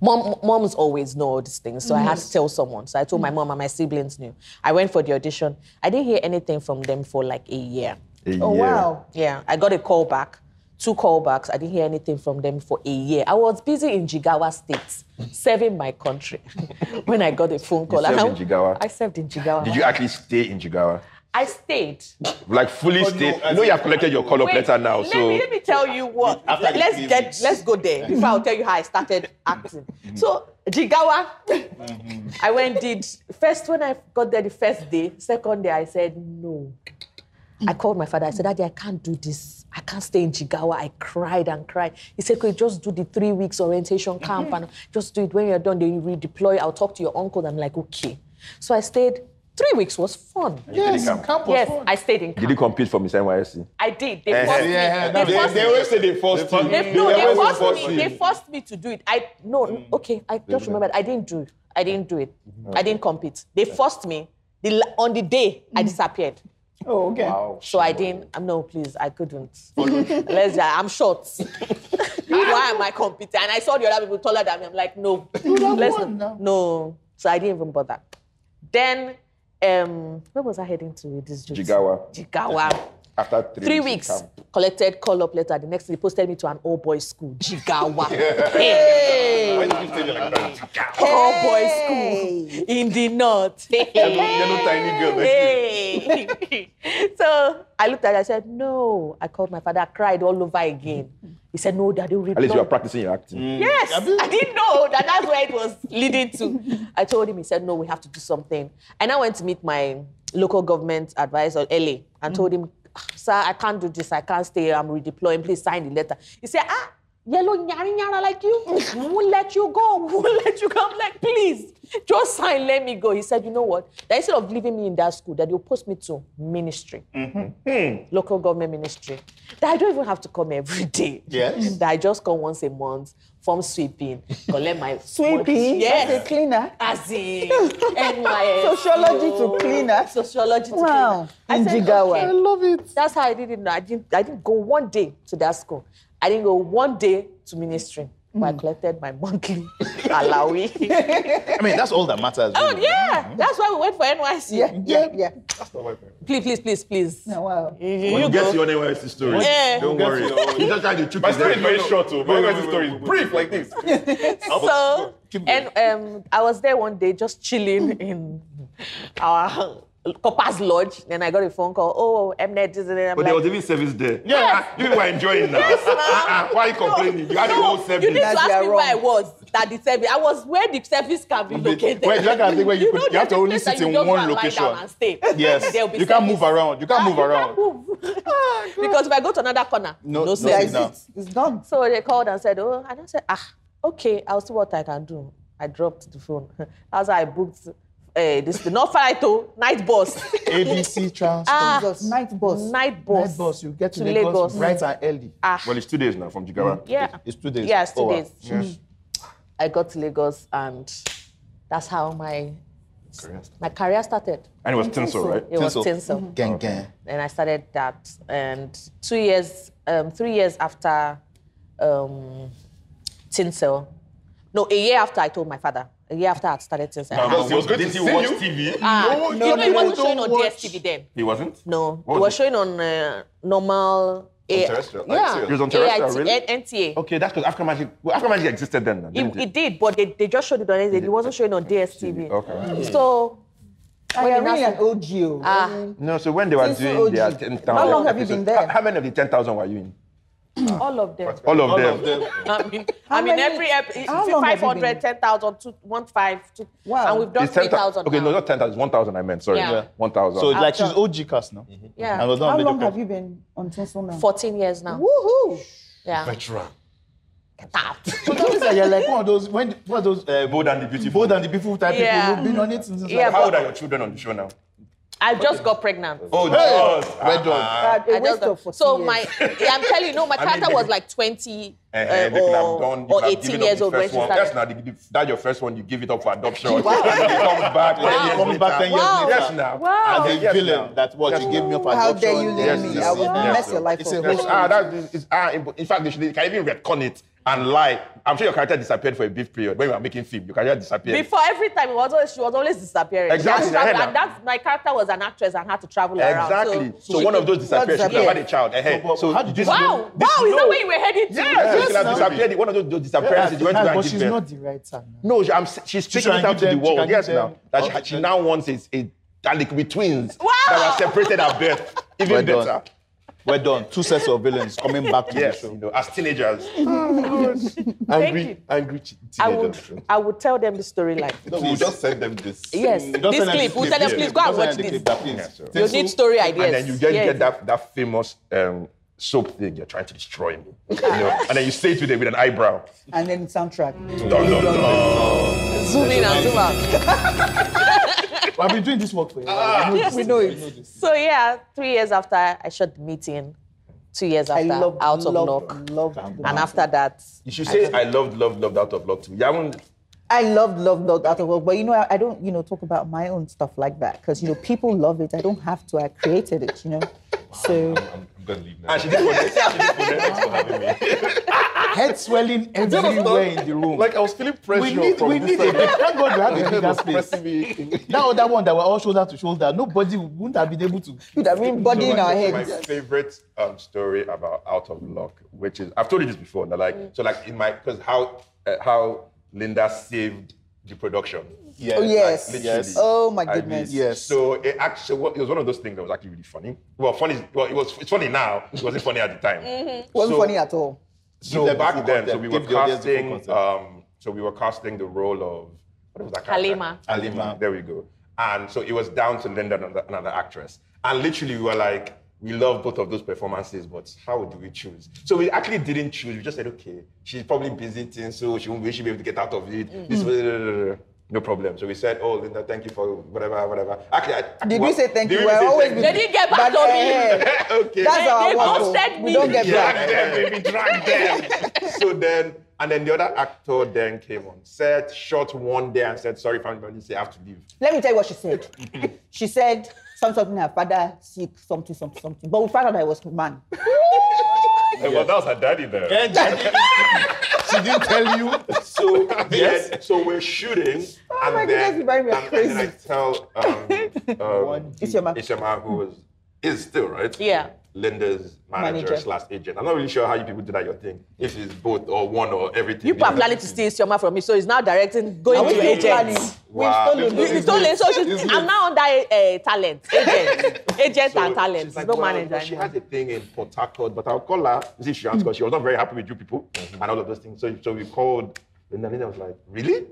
Speaker 5: Mom, moms always know all these things, so I
Speaker 3: Mm.
Speaker 5: had to tell someone. So I told my mom and my siblings knew. I went for the audition. I didn't hear anything from them for like a year.
Speaker 2: Oh, wow.
Speaker 5: Yeah, I got a call back, two callbacks. I didn't hear anything from them for a year. I was busy in Jigawa State, serving my country when I got a phone call.
Speaker 3: served
Speaker 5: And I-
Speaker 3: in Jigawa?
Speaker 5: I served in Jigawa.
Speaker 3: Did you actually stay in Jigawa?
Speaker 5: I stayed.
Speaker 1: Like fully
Speaker 4: no,
Speaker 1: stayed.
Speaker 4: I
Speaker 1: you know you
Speaker 4: see.
Speaker 1: have collected your call up letter now.
Speaker 5: let,
Speaker 1: so
Speaker 5: me, let me tell you what.
Speaker 4: After the
Speaker 5: let's
Speaker 4: three
Speaker 5: get
Speaker 4: weeks.
Speaker 5: let's go
Speaker 1: Mm-hmm.
Speaker 5: there before I'll tell you how I started acting. So Jigawa,
Speaker 1: Mm-hmm.
Speaker 5: I went did first when I got there the first day, second day I said no. I
Speaker 1: Mm.
Speaker 5: called my father. I said, Daddy, I can't do this. I can't stay in Jigawa. I cried and cried. He said, "Okay, just do the three weeks
Speaker 1: Mm-hmm.
Speaker 5: orientation camp and just do it. When you're done, then you redeploy. I'll talk to your uncle." I'm like, "Okay." So I stayed. Three weeks was fun.
Speaker 4: Yes, campus.
Speaker 5: yes, I stayed in
Speaker 1: did Eh,
Speaker 5: camp.
Speaker 1: you compete for Miss NYSC?
Speaker 5: I did. They forced me.
Speaker 4: yeah,
Speaker 5: They
Speaker 4: no,
Speaker 5: forced me.
Speaker 1: say they forced you.
Speaker 5: They, no, they
Speaker 1: always
Speaker 5: forced
Speaker 1: force
Speaker 5: me.
Speaker 1: you. Mm.
Speaker 5: They forced me to do it. I no. n- Okay, I just remembered. I didn't do. I didn't do it.
Speaker 1: Mm-hmm.
Speaker 5: I didn't compete. They forced me. The, la- on the day I disappeared,
Speaker 2: Oh, okay.
Speaker 5: so I didn't. I'm no, please, I couldn't. Let's. just- I'm short. Why am I competing? And I saw the other people taller than me. I'm like, no, let's
Speaker 4: won now.
Speaker 5: not, no. So I didn't even bother. Then, um, where was I heading to with this? jokes?
Speaker 1: Jigawa.
Speaker 5: Jigawa.
Speaker 1: After three,
Speaker 5: Three weeks,
Speaker 1: camp.
Speaker 5: collected call up letter. The next day, they posted me to an all boys school, Jigawa. hey!
Speaker 1: Why did you say like that?
Speaker 5: All boys school in the north.
Speaker 1: Yellow tiny girl.
Speaker 5: Hey. so I looked at it, I said, No. I called my father, I cried all over again. He said, No, daddy, read
Speaker 1: At least you are
Speaker 5: not-
Speaker 1: practicing your acting.
Speaker 5: Yes, I didn't know that that's where it was leading to. I told him, he said, no, we have to do something. And I went to meet my local government advisor, LA, and told him, sir, I can't do this. I can't stay. here. I'm redeploying. Please sign the letter. He said, ah, yellow nyari nyara like you, won't let you go. Won't let you go. I'm like, please, just sign, let me go. He said, you know what? That instead of leaving me in that school, that you'll post me to ministry local government ministry that I don't even have to come every day.
Speaker 4: Yes.
Speaker 5: That I just come once a month, form sweeping, collect my
Speaker 2: Sweepy, as a
Speaker 5: Yes.
Speaker 2: cleaner.
Speaker 5: As in NYS.
Speaker 2: Sociology to cleaner.
Speaker 5: Sociology to
Speaker 2: Wow.
Speaker 5: cleaner. I
Speaker 2: In
Speaker 5: said,
Speaker 2: Jigawa.
Speaker 5: okay.
Speaker 2: I
Speaker 4: love it.
Speaker 5: That's how I did it. No, I didn't I didn't go one day to that school. I didn't go one day to ministry. But I collected my monthly Alawi.
Speaker 4: I mean, that's all that matters.
Speaker 5: oh
Speaker 4: really.
Speaker 5: yeah. That's why we went for NYC.
Speaker 2: Yeah, yeah, yeah.
Speaker 5: Please, please, please, please.
Speaker 2: Oh, wow.
Speaker 5: You,
Speaker 3: When
Speaker 5: you
Speaker 3: you get
Speaker 5: go.
Speaker 3: to your NYC story,
Speaker 5: Yeah.
Speaker 3: don't worry. You just trying to trick
Speaker 1: My
Speaker 3: it
Speaker 1: story is
Speaker 3: there.
Speaker 1: very
Speaker 3: No, no,
Speaker 1: short, oh. My
Speaker 3: wait, wait,
Speaker 1: NYC
Speaker 3: wait,
Speaker 1: story is
Speaker 3: wait, wait,
Speaker 1: brief
Speaker 3: wait.
Speaker 1: like this.
Speaker 5: so
Speaker 3: keep going.
Speaker 5: and um, I was there one day just chilling in our Copper's Lodge. Then I got a phone call. Oh, Mnet is in. I'm
Speaker 3: But
Speaker 5: like,
Speaker 3: there was even service there.
Speaker 5: Yes.
Speaker 3: You people are enjoying now.
Speaker 5: Yes, ma'am.
Speaker 3: Uh-uh. Why are you complaining? You had the
Speaker 5: No,
Speaker 3: whole
Speaker 5: You need
Speaker 3: service.
Speaker 5: to
Speaker 2: That you are
Speaker 5: ask me where I
Speaker 2: wrong.
Speaker 5: was. That the service. I was where the service can be located.
Speaker 4: Well, that kind of thing where you could-
Speaker 5: know
Speaker 4: you have to
Speaker 5: there's a
Speaker 4: only
Speaker 5: place
Speaker 4: sit
Speaker 5: that you
Speaker 4: in
Speaker 5: just go
Speaker 4: one
Speaker 5: and lie
Speaker 4: location.
Speaker 5: down and stay.
Speaker 4: Yes.
Speaker 5: There will be
Speaker 4: You can't move
Speaker 5: service.
Speaker 4: around. You can't
Speaker 5: Ah,
Speaker 4: move
Speaker 5: you
Speaker 4: around. Ah,
Speaker 5: move. because if I go to another corner,
Speaker 4: No-
Speaker 5: no,
Speaker 4: no
Speaker 2: That is
Speaker 5: service.
Speaker 2: it. It's done.
Speaker 5: So they called and said, Oh, and I said, Ah, okay, I'll see what I can do. I dropped the phone. That's how I booked uh, this the North Farito night bus.
Speaker 4: ABC transport.
Speaker 5: Ah,
Speaker 2: Jesus, night boss.
Speaker 5: night bus.
Speaker 4: Night bus, you get to,
Speaker 5: To
Speaker 4: Lagos,
Speaker 5: Lagos.
Speaker 4: bright and early.
Speaker 5: Ah,
Speaker 3: Well, it's two days now from Jigawa.
Speaker 5: yeah.
Speaker 4: It's two days.
Speaker 5: Yeah, it's two
Speaker 4: Oh, wow.
Speaker 5: days. I got to Lagos and that's how my my career started.
Speaker 3: And it was tinsel, right?
Speaker 5: It was
Speaker 4: Tinsel.
Speaker 5: Tinsel.
Speaker 4: Gang, gang.
Speaker 5: and I started that. And two years, um, three years after um, Tinsel, no, a year after I told my father, a year after I had started Tinsel. I had-
Speaker 1: was going
Speaker 3: Didn't
Speaker 1: to
Speaker 3: he
Speaker 1: see
Speaker 3: watch
Speaker 1: you.
Speaker 3: TV?
Speaker 5: Ah,
Speaker 4: no,
Speaker 5: you know,
Speaker 4: no,
Speaker 5: it wasn't
Speaker 4: no,
Speaker 5: showing on
Speaker 4: don't
Speaker 5: DSTV then.
Speaker 3: He wasn't?
Speaker 5: No,
Speaker 3: What
Speaker 5: it was
Speaker 3: was
Speaker 5: showing on uh, normal. A-
Speaker 1: terrestrial, like
Speaker 5: yeah.
Speaker 1: serious.
Speaker 3: It was on terrestrial,
Speaker 5: AIT,
Speaker 3: really?
Speaker 5: N- NTA.
Speaker 3: Okay, that's because African Magic, well, African Magic existed then,
Speaker 5: It,
Speaker 3: didn't
Speaker 5: it did, but they, they just showed it on NTA. It wasn't showing on DSTV. So,
Speaker 2: I
Speaker 5: When
Speaker 2: am
Speaker 5: did
Speaker 2: really
Speaker 5: that
Speaker 2: an OGO.
Speaker 5: Ah.
Speaker 3: No, so when they were
Speaker 2: Since
Speaker 3: doing their
Speaker 2: OG.
Speaker 3: 10,000.
Speaker 2: How long have you been
Speaker 3: episodes-
Speaker 2: there?
Speaker 3: How, how many of the 10,000 were you in?
Speaker 5: all of them.
Speaker 3: All of them.
Speaker 5: I mean, I mean
Speaker 2: many-
Speaker 5: every episode,
Speaker 2: how long have you
Speaker 5: 500,
Speaker 2: been?
Speaker 5: 10,000, two- 1,500.
Speaker 2: Wow.
Speaker 5: And we've done
Speaker 3: It's 10,000
Speaker 5: 3,000.
Speaker 1: Okay,
Speaker 5: now.
Speaker 1: no, not 10,000, 1,000 I meant, sorry.
Speaker 5: Yeah. Uh, Yeah.
Speaker 1: 1,000.
Speaker 4: So, like, she's
Speaker 5: After- Mm-hmm.
Speaker 4: OG cast now.
Speaker 5: Yeah.
Speaker 4: And was not
Speaker 2: How
Speaker 4: on
Speaker 2: long
Speaker 4: Lagos.
Speaker 2: have you been on Tinsel now?
Speaker 5: 14 years now.
Speaker 2: Woohoo!
Speaker 5: Yeah.
Speaker 1: Veteran.
Speaker 5: Tap.
Speaker 4: So that means that you're like one of those, when, one of those uh, bold and the beautiful, bold and the beautiful type
Speaker 5: Yeah.
Speaker 4: people who've been on it since.
Speaker 5: Yeah,
Speaker 4: like,
Speaker 3: How old are your children on the show now?
Speaker 5: I just got pregnant.
Speaker 3: Oh,
Speaker 4: hey, well done.
Speaker 2: Uh,
Speaker 5: I
Speaker 2: a
Speaker 5: just
Speaker 2: waste
Speaker 5: got-
Speaker 2: of 14
Speaker 5: so
Speaker 2: years.
Speaker 5: my, yeah, I'm telling you, no, my
Speaker 3: mean,
Speaker 5: character
Speaker 3: they
Speaker 5: was
Speaker 3: could-
Speaker 5: like 20 uh,
Speaker 3: Eh, they could have done,
Speaker 5: or,
Speaker 3: you
Speaker 5: or
Speaker 3: could have
Speaker 5: 18
Speaker 3: given up
Speaker 5: years
Speaker 3: the
Speaker 5: old when
Speaker 3: first
Speaker 5: she
Speaker 3: one.
Speaker 5: started.
Speaker 3: That's not the, that your first one. You give it up for adoption. And it comes back.
Speaker 4: Wow.
Speaker 3: Wow.
Speaker 4: Comes back 10 years
Speaker 5: Wow.
Speaker 4: later.
Speaker 3: Yes, now.
Speaker 5: Wow.
Speaker 4: And the
Speaker 3: Yes,
Speaker 4: villain
Speaker 3: now.
Speaker 4: that what you gave me up
Speaker 2: How dare you leave
Speaker 4: Yes,
Speaker 2: me?
Speaker 4: yes,
Speaker 2: I will
Speaker 4: yes,
Speaker 2: mess
Speaker 4: yes.
Speaker 2: your life
Speaker 4: It's
Speaker 2: up.
Speaker 4: a
Speaker 3: Yes,
Speaker 4: whole
Speaker 3: ah, that is, is ah, in fact, they should, you can even retcon it and lie. I'm sure your character disappeared for a brief period when you were making film. Your character disappeared.
Speaker 5: Before every time, it was always, she was always disappearing.
Speaker 3: Exactly,
Speaker 5: She had to travel,
Speaker 3: yeah.
Speaker 5: and that's, my character was an actress and had to travel around.
Speaker 3: exactly. So,
Speaker 5: she
Speaker 3: one
Speaker 5: could-
Speaker 3: of those disappeared. She could have had a child. Eh, eh.
Speaker 4: So, how did
Speaker 3: this
Speaker 4: you-
Speaker 5: Wow,
Speaker 3: this
Speaker 5: wow, is that
Speaker 3: no.
Speaker 5: where you were heading to?
Speaker 3: Yeah, so
Speaker 4: Yes,
Speaker 3: she could have
Speaker 4: now.
Speaker 3: disappeared. One of those, those disappearances. You went to go and
Speaker 4: But
Speaker 3: give
Speaker 4: she's
Speaker 3: birth.
Speaker 4: not the writer. now.
Speaker 3: No, she- I'm, s- she's
Speaker 4: She
Speaker 3: taking
Speaker 4: can
Speaker 3: it out
Speaker 4: give
Speaker 3: to the
Speaker 4: them- she
Speaker 3: world.
Speaker 4: can
Speaker 3: Yes,
Speaker 4: give
Speaker 3: now.
Speaker 4: them-
Speaker 3: That she,
Speaker 4: Okay.
Speaker 3: she now wants is a that they could be twins.
Speaker 5: Wow.
Speaker 3: that were separated at birth.
Speaker 4: Well
Speaker 3: Even
Speaker 4: done.
Speaker 3: better.
Speaker 4: We're done. Two sets of villains coming back to
Speaker 3: Yes,
Speaker 4: the
Speaker 3: you
Speaker 4: show.
Speaker 3: know, as teenagers.
Speaker 1: Angry,
Speaker 5: you.
Speaker 1: angry ch-
Speaker 5: I
Speaker 1: teenager.
Speaker 5: would, I would tell them the storyline.
Speaker 1: No, we'll just send them this.
Speaker 5: Yes,
Speaker 4: Just
Speaker 5: this
Speaker 4: send us
Speaker 5: clip.
Speaker 4: the
Speaker 5: We'll tell them,
Speaker 4: yeah.
Speaker 5: please go and
Speaker 4: Just send
Speaker 5: watch
Speaker 4: us the
Speaker 5: this.
Speaker 4: clip that, please.
Speaker 5: You need story ideas.
Speaker 3: And then you then
Speaker 5: Yes.
Speaker 3: get that, that famous um, soap thing, you're trying to destroy me. You know? and then you say to them with an eyebrow.
Speaker 2: And then soundtrack.
Speaker 3: Dun, dun, dun.
Speaker 5: Zoom in and zoom out.
Speaker 4: I've been doing this work for you.
Speaker 5: Ah.
Speaker 2: We know it.
Speaker 5: So yeah, three years after I shot the meeting, two years
Speaker 2: I
Speaker 5: after
Speaker 2: love
Speaker 5: out of
Speaker 2: love,
Speaker 5: luck,
Speaker 2: Love,
Speaker 5: and after that,
Speaker 3: You should say, I loved, loved, loved out of luck too. You haven't
Speaker 2: I love love love out of work, but you know I, I don't you know talk about my own stuff like that because you know people love it. I don't have to. I created it. You know, so
Speaker 1: I'm gonna leave now.
Speaker 3: And she did
Speaker 4: Head swelling everywhere in the room.
Speaker 1: Like I was feeling pressure
Speaker 4: we need,
Speaker 1: from
Speaker 4: we
Speaker 1: this
Speaker 4: need it. Thank God we have a
Speaker 1: side.
Speaker 4: bigger
Speaker 1: Was
Speaker 4: space.
Speaker 1: pressing me.
Speaker 4: That other one that were all shoulder to shoulder, nobody wouldn't have been able to.
Speaker 2: would have been body in our
Speaker 3: My
Speaker 2: heads. Oh,
Speaker 3: favorite um, story about out of luck, which is I've told you this before. That like so like in my because how uh, how Linda saved the production.
Speaker 4: Yes.
Speaker 2: Oh yes.
Speaker 3: Literally.
Speaker 2: Oh my
Speaker 3: I mean,
Speaker 2: goodness.
Speaker 4: Yes.
Speaker 3: So it actually wa- it was one of those things that was actually really funny. Well, funny. Well, it was. It's funny now. It wasn't funny at the time.
Speaker 2: Wasn't
Speaker 3: So-
Speaker 2: funny at all.
Speaker 3: So
Speaker 4: Give them the
Speaker 3: back
Speaker 4: full
Speaker 3: then,
Speaker 4: concept.
Speaker 3: so we were
Speaker 4: Give the audience the full
Speaker 3: casting.
Speaker 4: concept.
Speaker 3: Um, so we were casting the role of what was that?
Speaker 5: Halima.
Speaker 3: Alima. There we go. And so it was down to Linda and another- another actress. And literally, we were like, we love both of those performances, but how do we choose? So we actually didn't choose. We just said, okay, she's probably busy, thing, so she won't be, she'll be able to get out of it. This was, no problem. So we said, oh, Linda, thank you for whatever, whatever. Actually, I,
Speaker 2: Did
Speaker 3: well,
Speaker 2: we say thank you?
Speaker 3: did we
Speaker 2: We're
Speaker 3: say
Speaker 2: always
Speaker 3: thank
Speaker 2: with
Speaker 5: They
Speaker 2: you.
Speaker 5: didn't get back
Speaker 2: But,
Speaker 5: on
Speaker 2: eh,
Speaker 5: me.
Speaker 3: okay.
Speaker 2: That's
Speaker 5: They-
Speaker 2: our
Speaker 5: they
Speaker 2: work.
Speaker 5: ghosted
Speaker 2: oh. We
Speaker 5: me.
Speaker 2: don't get
Speaker 3: Drag
Speaker 2: back.
Speaker 3: them, baby, drag them. so then, and then the other actor then came on set, shot one day and said, sorry, family, but say I have to leave.
Speaker 2: Let me tell you what she said. she said some- something her father sick, something, something, something. But we found out that it was man.
Speaker 1: Well, that was her daddy there.
Speaker 4: She didn't tell you.
Speaker 3: So yes, so we're shooting. and
Speaker 2: Oh my goodness,
Speaker 3: then,
Speaker 2: you might be
Speaker 3: and, and then I tell um, um,
Speaker 2: It's your man.
Speaker 3: Ishama, who was, is still, right?
Speaker 5: Yeah.
Speaker 3: Linda's manager,
Speaker 2: Manager.
Speaker 3: slash agent. I'm not really sure how you people do that, your thing. If it's both or one or everything.
Speaker 5: You people are planning to steal Sioma from me, so he's now directing,
Speaker 2: Are
Speaker 5: going
Speaker 2: we
Speaker 5: to
Speaker 2: still planning?
Speaker 5: agents.
Speaker 2: We've
Speaker 3: Wow.
Speaker 2: stolen
Speaker 5: You-
Speaker 2: those.
Speaker 5: you told her, so she's, I'm now under uh, talent, agent, agent
Speaker 3: So
Speaker 5: and talent,
Speaker 3: she's like,
Speaker 5: no
Speaker 3: "Well,
Speaker 5: manager.
Speaker 3: She
Speaker 5: anymore."
Speaker 3: has a thing in Port Harcourt, but I'll call her. You see, she asked because she was not very happy with you people and all of those things. So, so we called. And then I was like, really?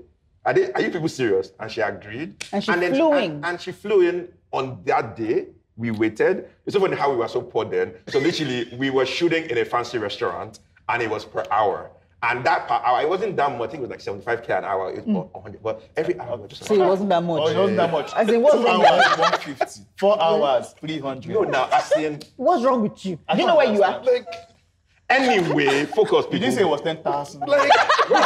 Speaker 3: Are, they, are you people serious? And she agreed.
Speaker 2: And she
Speaker 3: then-
Speaker 2: flew
Speaker 3: and-
Speaker 2: in.
Speaker 3: And she flew in on that day. We waited. It's so funny how we were so poor then. So literally, we were shooting in a fancy restaurant, and it was per hour. And that per hour, it wasn't that much. I think it was like 75k an hour, it was 100. But every hour, we were just
Speaker 2: So it
Speaker 3: like,
Speaker 2: wasn't that much.
Speaker 4: Oh, it wasn't that much.
Speaker 2: As in, what's
Speaker 4: Two
Speaker 2: wrong
Speaker 4: hours, 150. Four hours, 300.
Speaker 3: no, "Oh, now, as in,
Speaker 2: What's wrong with you?
Speaker 4: I
Speaker 2: Do you
Speaker 4: don't
Speaker 2: know where you are?
Speaker 4: understand.
Speaker 3: anyway, focus, people.
Speaker 4: You didn't say it was 10,000.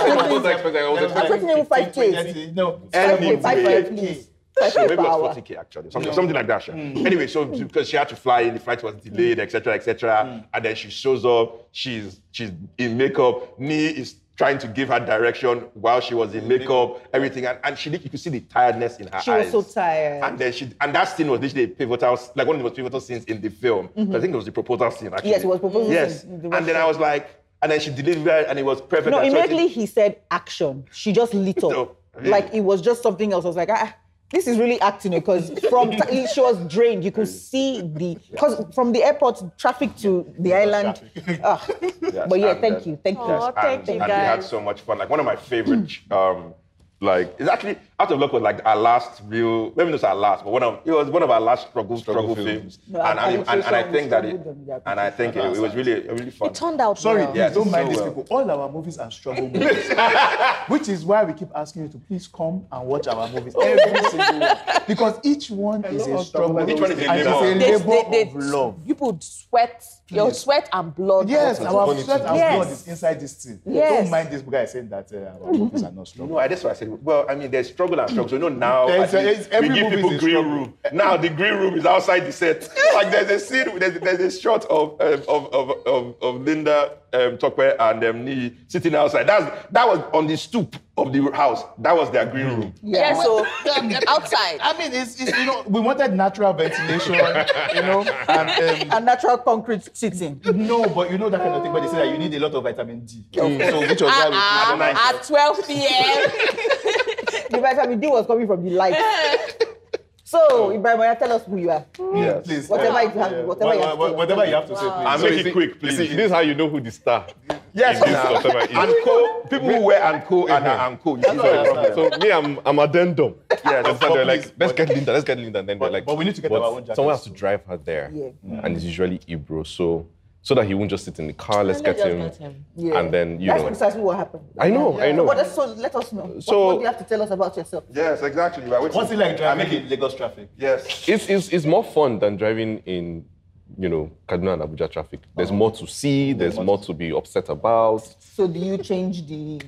Speaker 2: I thought it was 5K.
Speaker 4: 20, No.
Speaker 2: Five, five,
Speaker 3: Anyway.
Speaker 2: five, please. Five
Speaker 3: So
Speaker 2: five
Speaker 3: maybe it
Speaker 2: per
Speaker 3: was
Speaker 2: hour.
Speaker 3: 40k actually, something, something like that. sha.
Speaker 2: Mm.
Speaker 3: Anyway, so because she had to fly in, the flight was delayed, etc., etc.,
Speaker 2: Mm.
Speaker 3: and then she shows up. She's she's in makeup. Me is trying to give her direction while she was in makeup, everything, and, and she you could see the tiredness in her
Speaker 2: Mm. She was
Speaker 3: eyes.
Speaker 2: so tired.
Speaker 3: And then she and that scene was literally a pivotal, like one of the most pivotal scenes in the film. I think it was the proposal scene
Speaker 2: Mm-hmm.
Speaker 3: actually.
Speaker 2: Yes, it was proposal
Speaker 3: Yes,
Speaker 2: scene in the
Speaker 3: and then I was like, and then she delivered, and it was perfect.
Speaker 2: No,
Speaker 3: and so I think-
Speaker 2: immediately he said action. She just lit up.
Speaker 3: No, really.
Speaker 2: Like it was just something else. I was like, ah, this is really acting because from she was drained. You could see the because from the airport traffic to the island. Ah.
Speaker 3: Yes,
Speaker 2: But yeah,
Speaker 3: and
Speaker 2: thank
Speaker 3: then-
Speaker 2: you, thank you.
Speaker 5: Aw, thank
Speaker 3: and,
Speaker 5: you,
Speaker 3: and we had
Speaker 5: guys.
Speaker 3: so much fun. Like one of my favorite, um, like it's actually Out of Luck was like our last real, maybe not our last, but one of it was one of our last struggle struggle, films.
Speaker 2: No,
Speaker 3: and,
Speaker 2: I-
Speaker 3: I,
Speaker 2: I
Speaker 3: and, and, I
Speaker 2: also
Speaker 3: think that it,
Speaker 2: struggled on that.
Speaker 3: and I think it, it was really really fun.
Speaker 5: It turned out
Speaker 4: Sorry,
Speaker 5: well.
Speaker 4: please
Speaker 3: Yes,
Speaker 4: don't
Speaker 3: so
Speaker 4: mind these
Speaker 3: well.
Speaker 4: people. All our movies are struggle movies, which is why we keep asking you to please come and watch our movies every single one because each one is a struggle.
Speaker 3: Each one is a
Speaker 4: and
Speaker 3: labor.
Speaker 4: it's
Speaker 5: They-
Speaker 4: a labor
Speaker 5: they-
Speaker 4: of
Speaker 5: they-
Speaker 4: love.
Speaker 5: You would sweat, your sweat and blood.
Speaker 4: Yes,
Speaker 5: was-
Speaker 4: our sweat and
Speaker 5: Yes.
Speaker 4: blood is inside this thing.
Speaker 5: Yes.
Speaker 4: Don't mind this guy saying that uh, our movies are not struggle.
Speaker 3: No, I that's why I said. Well, I mean, there's struggle and struggle. So, you know, now
Speaker 4: There's
Speaker 3: at
Speaker 4: a-
Speaker 3: least
Speaker 4: it's- every
Speaker 3: we give
Speaker 4: movie
Speaker 3: people
Speaker 4: is a
Speaker 3: green
Speaker 4: struggle.
Speaker 3: room. Now the green room is outside the set. like there's a scene, there's, there's a shot of um, of, of, of of Linda um, Tokwe and um, Nee sitting outside. That's that was on the stoop of the house. That was their green room.
Speaker 4: Mm.
Speaker 5: Yeah, so outside.
Speaker 4: I mean, it's, it's you know we wanted natural ventilation, you know, and um,
Speaker 2: And natural concrete sitting.
Speaker 4: no, but you know that kind of thing. But they say that you need a lot of vitamin D, so which was why we.
Speaker 2: Ah,
Speaker 5: Uh-uh,
Speaker 3: Adonai.
Speaker 5: at 12 p.m.
Speaker 2: the vitamin D was coming from the light. So, Ibrahim, tell us who you are.
Speaker 1: Yes.
Speaker 4: Please.
Speaker 2: Whatever you have, ah, whatever you have. to
Speaker 4: Wha- wha-
Speaker 2: tell us.
Speaker 4: whatever you have to say, please.
Speaker 1: And
Speaker 3: So
Speaker 1: make
Speaker 3: you
Speaker 1: it
Speaker 3: see-
Speaker 1: quick, please.
Speaker 3: you see-
Speaker 1: this is how you know who the star.
Speaker 3: Yes,
Speaker 1: in this
Speaker 3: now.
Speaker 1: whatever it is.
Speaker 3: and co, people who wear and co and are and co. You see,
Speaker 1: So,
Speaker 4: Yes, sir.
Speaker 3: so-
Speaker 1: so me, I'm I'm addendum.
Speaker 3: Yes.
Speaker 1: And so they're
Speaker 4: But
Speaker 1: like,
Speaker 4: please-
Speaker 1: let's get Linda, let's get Linda. And then
Speaker 4: But-
Speaker 1: they're like,
Speaker 4: but we need to get
Speaker 1: "But
Speaker 4: our own jackets,
Speaker 1: Someone has to
Speaker 4: so."
Speaker 1: drive her there. Mm.
Speaker 2: Yeah.
Speaker 1: And it's usually Ibro. So so that he won't just sit in the car, let's get
Speaker 5: just
Speaker 1: him.
Speaker 5: get him.
Speaker 2: Yeah.
Speaker 1: And then, you
Speaker 2: That's
Speaker 1: know.
Speaker 2: precisely what happened.
Speaker 1: I know, I know.
Speaker 2: What, else- so let us know. What-
Speaker 1: So-
Speaker 2: what, do you have to tell us about yourself?
Speaker 3: yes, exactly. We are waiting.
Speaker 4: What's it like
Speaker 3: I
Speaker 4: driving
Speaker 3: make it.
Speaker 4: in Lagos traffic?
Speaker 3: Yes.
Speaker 1: it's, it's, it's more fun than driving in, you know, Kaduna and Abuja traffic.
Speaker 4: Uh-huh.
Speaker 1: There's more to see, there's more to be upset about.
Speaker 2: So, do you change the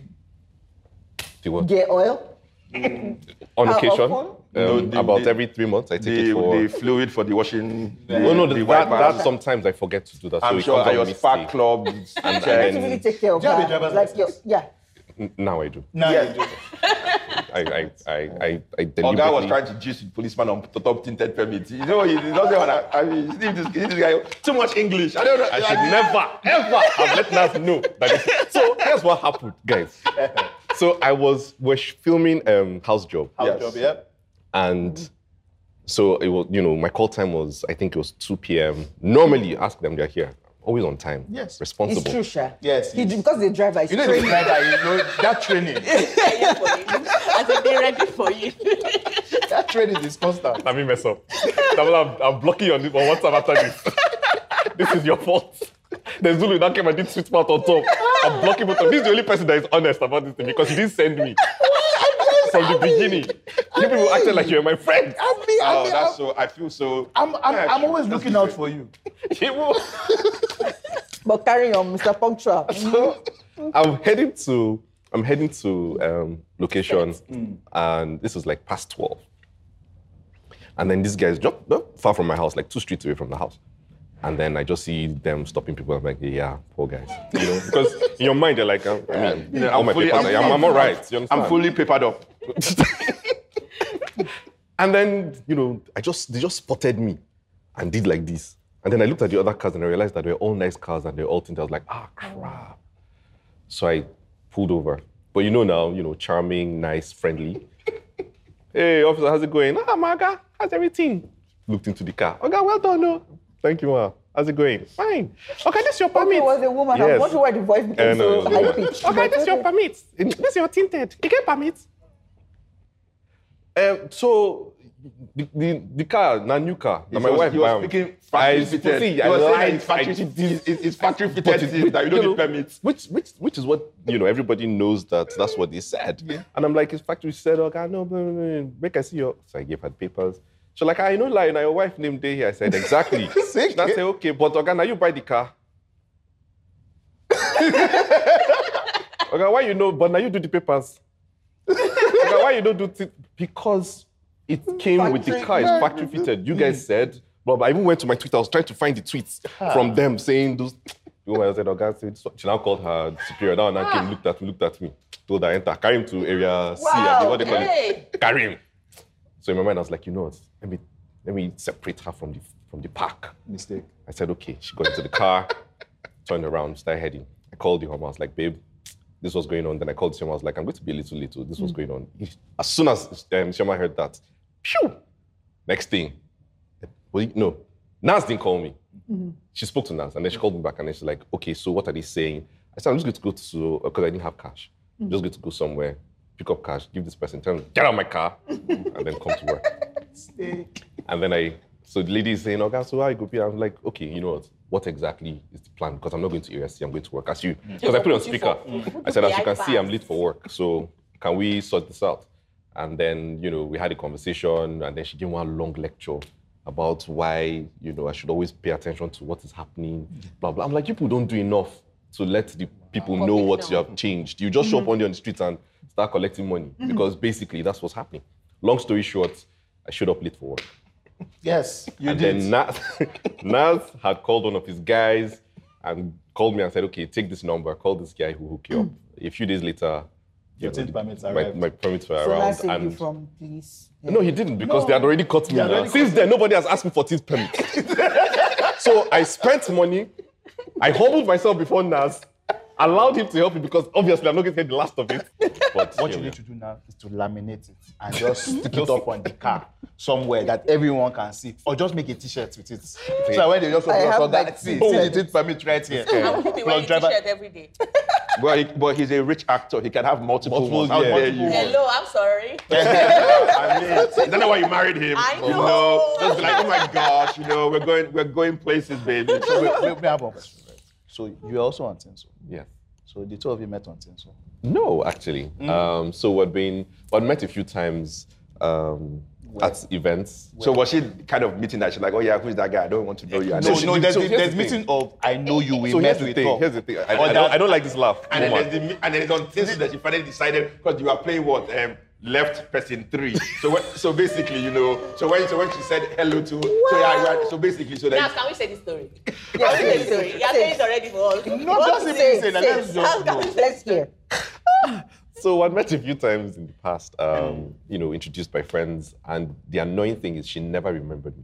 Speaker 1: The what-
Speaker 2: gear oil?
Speaker 1: On
Speaker 2: How
Speaker 1: occasion,
Speaker 2: often?
Speaker 1: um,
Speaker 3: No, the-
Speaker 1: about
Speaker 3: the-
Speaker 1: every three months, I take
Speaker 3: The,
Speaker 1: it for.
Speaker 3: the fluid for the washing.
Speaker 1: oh no,
Speaker 3: the,
Speaker 1: that,
Speaker 3: the wipers.
Speaker 1: that sometimes I forget to do that. so
Speaker 3: I'm
Speaker 1: it
Speaker 3: sure
Speaker 1: comes
Speaker 3: at
Speaker 1: out
Speaker 3: your spa
Speaker 1: mistake.
Speaker 3: club. and
Speaker 2: Do you really
Speaker 3: then,
Speaker 2: take care of
Speaker 4: Do you have a
Speaker 2: that?
Speaker 4: driver's
Speaker 2: Like your,
Speaker 4: license?
Speaker 2: yeah.
Speaker 1: N- Now I do.
Speaker 4: Now
Speaker 3: Yeah.
Speaker 4: you do.
Speaker 1: I I I I, I
Speaker 3: our
Speaker 1: deliberately.
Speaker 3: guy was trying to juice the policeman on the top tinted permit. You know, he doesn't want to. I mean, see this, see this guy too much English. I don't know.
Speaker 1: I should never, ever have let Nas know that. It's, so here's what happened, guys. So I was we're sh- filming um, House Job,
Speaker 4: House
Speaker 3: Yes.
Speaker 4: job, yep.
Speaker 1: and so it was you know my call time was I think it was two p.m. Normally ask them they're here, always on time,
Speaker 4: Yes.
Speaker 1: responsible.
Speaker 2: It's true, Sha.
Speaker 4: Yes,
Speaker 2: He,
Speaker 4: yes.
Speaker 2: because the driver is
Speaker 4: You know the
Speaker 2: trained.
Speaker 4: driver, you know that training.
Speaker 5: I said, they're ready for you.
Speaker 4: that training is constant.
Speaker 1: Let me mess up. Dabla, I'm, I'm blocking you on, this- on WhatsApp after this. this is your fault. There's Zulu that came and did sweet mouth on top. I'm blocking both of This is the only person that is honest about this thing because you didn't send me. From the beginning. You people acted like you were my friend.
Speaker 4: I mean, I
Speaker 3: Oh,
Speaker 4: mean,
Speaker 3: that's so. I feel so.
Speaker 4: I'm, I'm,
Speaker 3: Yeah,
Speaker 4: I'm
Speaker 3: sure.
Speaker 4: always
Speaker 3: That's
Speaker 4: looking out
Speaker 3: different.
Speaker 4: for you.
Speaker 1: You were-
Speaker 2: But carry on, Mr. Punctual.
Speaker 1: So, I'm heading to I'm heading to um, location,
Speaker 3: Mm.
Speaker 1: and this is like past twelve. And then these guys just not far from my house, like two streets away from the house. And then I just see them stopping people. I'm like, yeah, poor guys. You know, because in your mind, you're like, I'm, I mean,
Speaker 3: Yeah,
Speaker 1: all my
Speaker 3: fully-
Speaker 1: papers, I'm, I'm, all right. You
Speaker 3: I'm
Speaker 1: understand?
Speaker 3: fully papered up.
Speaker 1: and then, you know, I just they just spotted me and did like this. And then I looked at the other cars and I realized that they were all nice cars and they were all tinted. I was like, ah, crap. So I pulled over. But you know now, you know, charming, nice, friendly. hey, officer, how's it going? Ah, Maga, how's everything? Looked into the car. Okay, well done, no. Thank you, ma. How's it going? Fine. Okay, this is your permit.
Speaker 2: It was a woman. I'm
Speaker 1: Yes.
Speaker 2: wondering why the voice became
Speaker 1: Eh, no,
Speaker 2: so
Speaker 1: it was a
Speaker 2: high
Speaker 1: woman.
Speaker 2: pitched.
Speaker 1: Okay, this is your permit. This is your tinted. You get permit. Um, so the, the, the car, na new car. Na
Speaker 3: He
Speaker 1: my
Speaker 3: was-
Speaker 1: wife tipo
Speaker 3: he was
Speaker 1: buy am.
Speaker 3: speaking factory
Speaker 1: I
Speaker 3: fitted.
Speaker 1: see.
Speaker 3: He
Speaker 1: I
Speaker 3: was saying that
Speaker 1: lied.
Speaker 3: it's factory
Speaker 1: I
Speaker 3: fit-
Speaker 1: did-
Speaker 3: it's- it's factory fitted
Speaker 1: But
Speaker 3: things that you don't
Speaker 1: know,
Speaker 3: need permits.
Speaker 1: Which which which is what you know. Everybody knows that that's what they said. And I'm like, it's factory said, okay, no, blah, blah, blah. make I see your. So I gave her the papers. So like, I know lie. Now your wife named day here. I said exactly.
Speaker 4: Sick.
Speaker 1: And I said okay, but okay, now you buy the car. Okay, why you know, but now you do the papers. okay, why you don't do it? Because it came with the car, it's factory fitted. You guys said, but I even went to my Twitter, I was trying to find the tweets from them saying those. You know, I said, okay, so- so she now called her superior. Now and I came, looked at me, looked at me, told her, enter, carry him to area C, I mean, what they call
Speaker 5: Hey.
Speaker 1: it. Carry him. So in my mind, I was like, you know what? Let me let me separate her from the from the pack.
Speaker 4: Mistake.
Speaker 1: I said, okay. She got into the car, turned around, started heading. I called the home. I was like, babe, this was going on. Then I called Shema. I was like, I'm going to be a little late. oh, This was going on. As soon as um, Shema heard that, phew, next thing, well, no, Nas didn't call me. She spoke to Nas and then she called me back and then she's like, okay, so what are they saying? I said, I'm just going to go to, because I didn't have cash. I'm just going to go somewhere, pick up cash, give this person, tell them, get out of my car, and then come to work. And then I, so the lady is saying, okay, so how you go pay? I'm like, okay, you know what? What exactly is the plan? Because I'm not going to USC, I'm going to work as you. Because I put it on speaker. I said, as you can see, I'm late for work. So can we sort this out? And then, you know, we had a conversation and then she gave one long lecture about why, you know, I should always pay attention to what is happening, blah, blah. I'm like, you people don't do enough to let the people know what you have changed. You just show up one day on the street and start collecting money because basically that's what's happening. Long story short, I showed up late for work
Speaker 4: Yes, you
Speaker 1: and
Speaker 4: did.
Speaker 1: then Nas, Nas had called one of his guys and called me and said, okay, take this number, call this guy who hook you up. A few days later, you
Speaker 4: Your tint permits
Speaker 1: my,
Speaker 4: arrived.
Speaker 1: my permits were
Speaker 2: So
Speaker 1: around.
Speaker 2: that's saved you
Speaker 1: and-
Speaker 2: from police.
Speaker 1: no, he didn't because they had already cut me.
Speaker 4: had
Speaker 1: now.
Speaker 4: already
Speaker 1: Since then, nobody has asked me for his permit. so I spent money. I humbled myself before Nas. allowed him to help you because obviously I'm not going to hear the last of it. But
Speaker 4: What
Speaker 1: here
Speaker 4: you
Speaker 1: we
Speaker 4: need
Speaker 1: are.
Speaker 4: to do now is to laminate it and just stick it up on the car somewhere that everyone can see, or just make a T-shirt with it. So that when they just
Speaker 2: I
Speaker 4: open
Speaker 2: have
Speaker 4: up
Speaker 2: my
Speaker 4: that, see,
Speaker 2: T-shirt.
Speaker 4: see the teeth permit right here.
Speaker 5: You'll be
Speaker 4: Plus
Speaker 5: wearing
Speaker 4: driver-
Speaker 5: t-shirt every day.
Speaker 3: But, he- but he's a rich actor. He can have multiple,
Speaker 1: Multiple,
Speaker 3: ones. How
Speaker 1: yeah.
Speaker 3: dare
Speaker 1: Yeah,
Speaker 3: you?
Speaker 5: Hello, I'm sorry.
Speaker 3: I mean, is that why you married him? Oh,
Speaker 5: I
Speaker 3: You
Speaker 5: know.
Speaker 3: know, just be like, oh my gosh, you know, we're going, we're going places, baby.
Speaker 4: Wait, wait, wait, I have one question, right? So you're also on Tinsel.
Speaker 1: Yeah.
Speaker 4: So the two of you met on Tinsel.
Speaker 1: No, actually.
Speaker 4: Mm.
Speaker 1: Um, so we'd been we'd met a few times um, at events.
Speaker 3: So was she kind of meeting that? She's like, oh yeah, who's that guy? I don't want to know you. I
Speaker 4: No,
Speaker 3: don't-
Speaker 4: no, there's,
Speaker 1: so
Speaker 4: the-
Speaker 1: here's
Speaker 4: there's
Speaker 1: the
Speaker 4: meeting of I know you, we
Speaker 1: So
Speaker 4: met
Speaker 1: here's
Speaker 4: we
Speaker 1: the thing.
Speaker 4: talk.
Speaker 1: Here's the thing. I, I
Speaker 4: Or
Speaker 1: don't,
Speaker 4: that-
Speaker 1: I don't like this laugh.
Speaker 3: And then,
Speaker 1: Woman.
Speaker 3: there's the, me- and then it's on Tinsel that she finally decided because you are playing what um, left person three. So when, so basically, you know, so when so when she said hello to, so yeah, you are- so basically, so
Speaker 5: Now,
Speaker 3: that
Speaker 5: can we say the story? Can we say the story? You're saying it already for all.
Speaker 4: No, just say,
Speaker 2: Say,
Speaker 4: say,
Speaker 2: say,
Speaker 4: let's
Speaker 2: how
Speaker 4: just
Speaker 2: can
Speaker 4: go.
Speaker 2: we- Let's hear.
Speaker 1: So I've met a few times in the past,
Speaker 4: Mm.
Speaker 1: um, you know, introduced by friends, and the annoying thing is she never remembered me.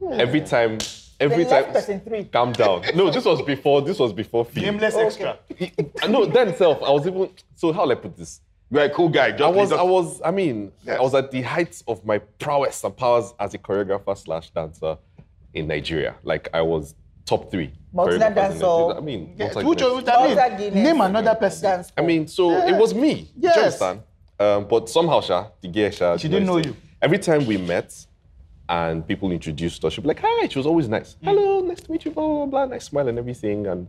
Speaker 4: Hmm.
Speaker 1: Every time, every
Speaker 2: The
Speaker 1: time.
Speaker 2: last person three.
Speaker 1: Calm down. No, this was before. This was before fame.
Speaker 4: Nameless extra.
Speaker 1: Uh, No, then self. I was even. So how will I put this?
Speaker 3: you're a cool guy. Just
Speaker 1: I was,
Speaker 3: just-
Speaker 1: I was, I mean,
Speaker 3: Yeah.
Speaker 1: I was at the heights of my prowess and powers as a choreographer slash dancer in Nigeria. Like I was top three.
Speaker 2: Multinational
Speaker 1: choreographers in
Speaker 2: dancer.
Speaker 1: Nigeria. I mean, multinational.
Speaker 4: Who chose
Speaker 2: What
Speaker 4: that
Speaker 2: was that
Speaker 4: name?
Speaker 2: Guinness?
Speaker 4: Name another person.
Speaker 2: Dance.
Speaker 1: I mean, so it was me.
Speaker 4: Yes.
Speaker 1: Do you understand? Um, but somehow, Sha, the gear, Sha.
Speaker 4: She
Speaker 1: the
Speaker 4: didn't know
Speaker 1: noise.
Speaker 4: you.
Speaker 1: Every time we met and people introduced her, she'd be like, hi, she was always nice. Hello, nice to meet you, blah, blah, blah, nice smile and everything. And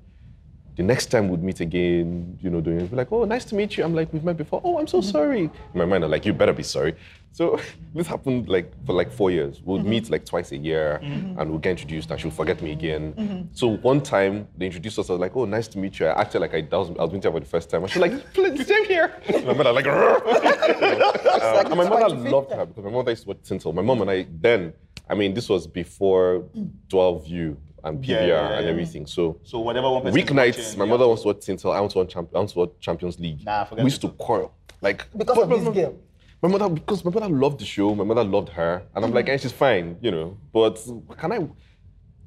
Speaker 1: the next time we'd meet again, you know, doing it, be like, oh, nice to meet you. I'm like, we've met before. Oh, I'm so
Speaker 4: Mm-hmm.
Speaker 1: sorry. In my mind, I'm like, you better be sorry. So this happened like for like four years. We'd
Speaker 4: Mm-hmm.
Speaker 1: meet like twice a year and we'd get introduced and she'll forget me again.
Speaker 4: Mm-hmm.
Speaker 1: So one time they introduced us, I was like, oh, nice to meet you. I acted like I, that was, I was meeting her for the first time. And she's like, please, same here. And my mother like, Um,
Speaker 2: It's like
Speaker 1: and my
Speaker 2: it's quite
Speaker 1: mother
Speaker 2: a
Speaker 1: loved her because my mother used to watch Tintel. My mom and I then, I mean, this was before 12U and
Speaker 4: Mm.
Speaker 1: PBR
Speaker 4: Yeah, yeah, yeah.
Speaker 1: and everything. So
Speaker 4: So whatever one person. is
Speaker 1: Weeknights,
Speaker 4: watching,
Speaker 1: my
Speaker 4: yeah.
Speaker 1: mother wants to watch Tintel, I want to watch, champ- I want to watch Champions League.
Speaker 4: Nah, forget
Speaker 1: we used
Speaker 4: it.
Speaker 1: to quarrel. Like
Speaker 2: Because of this girl.
Speaker 1: My mother, because my mother loved the show, my mother loved her. And I'm like, eh, she's fine, you know. But can I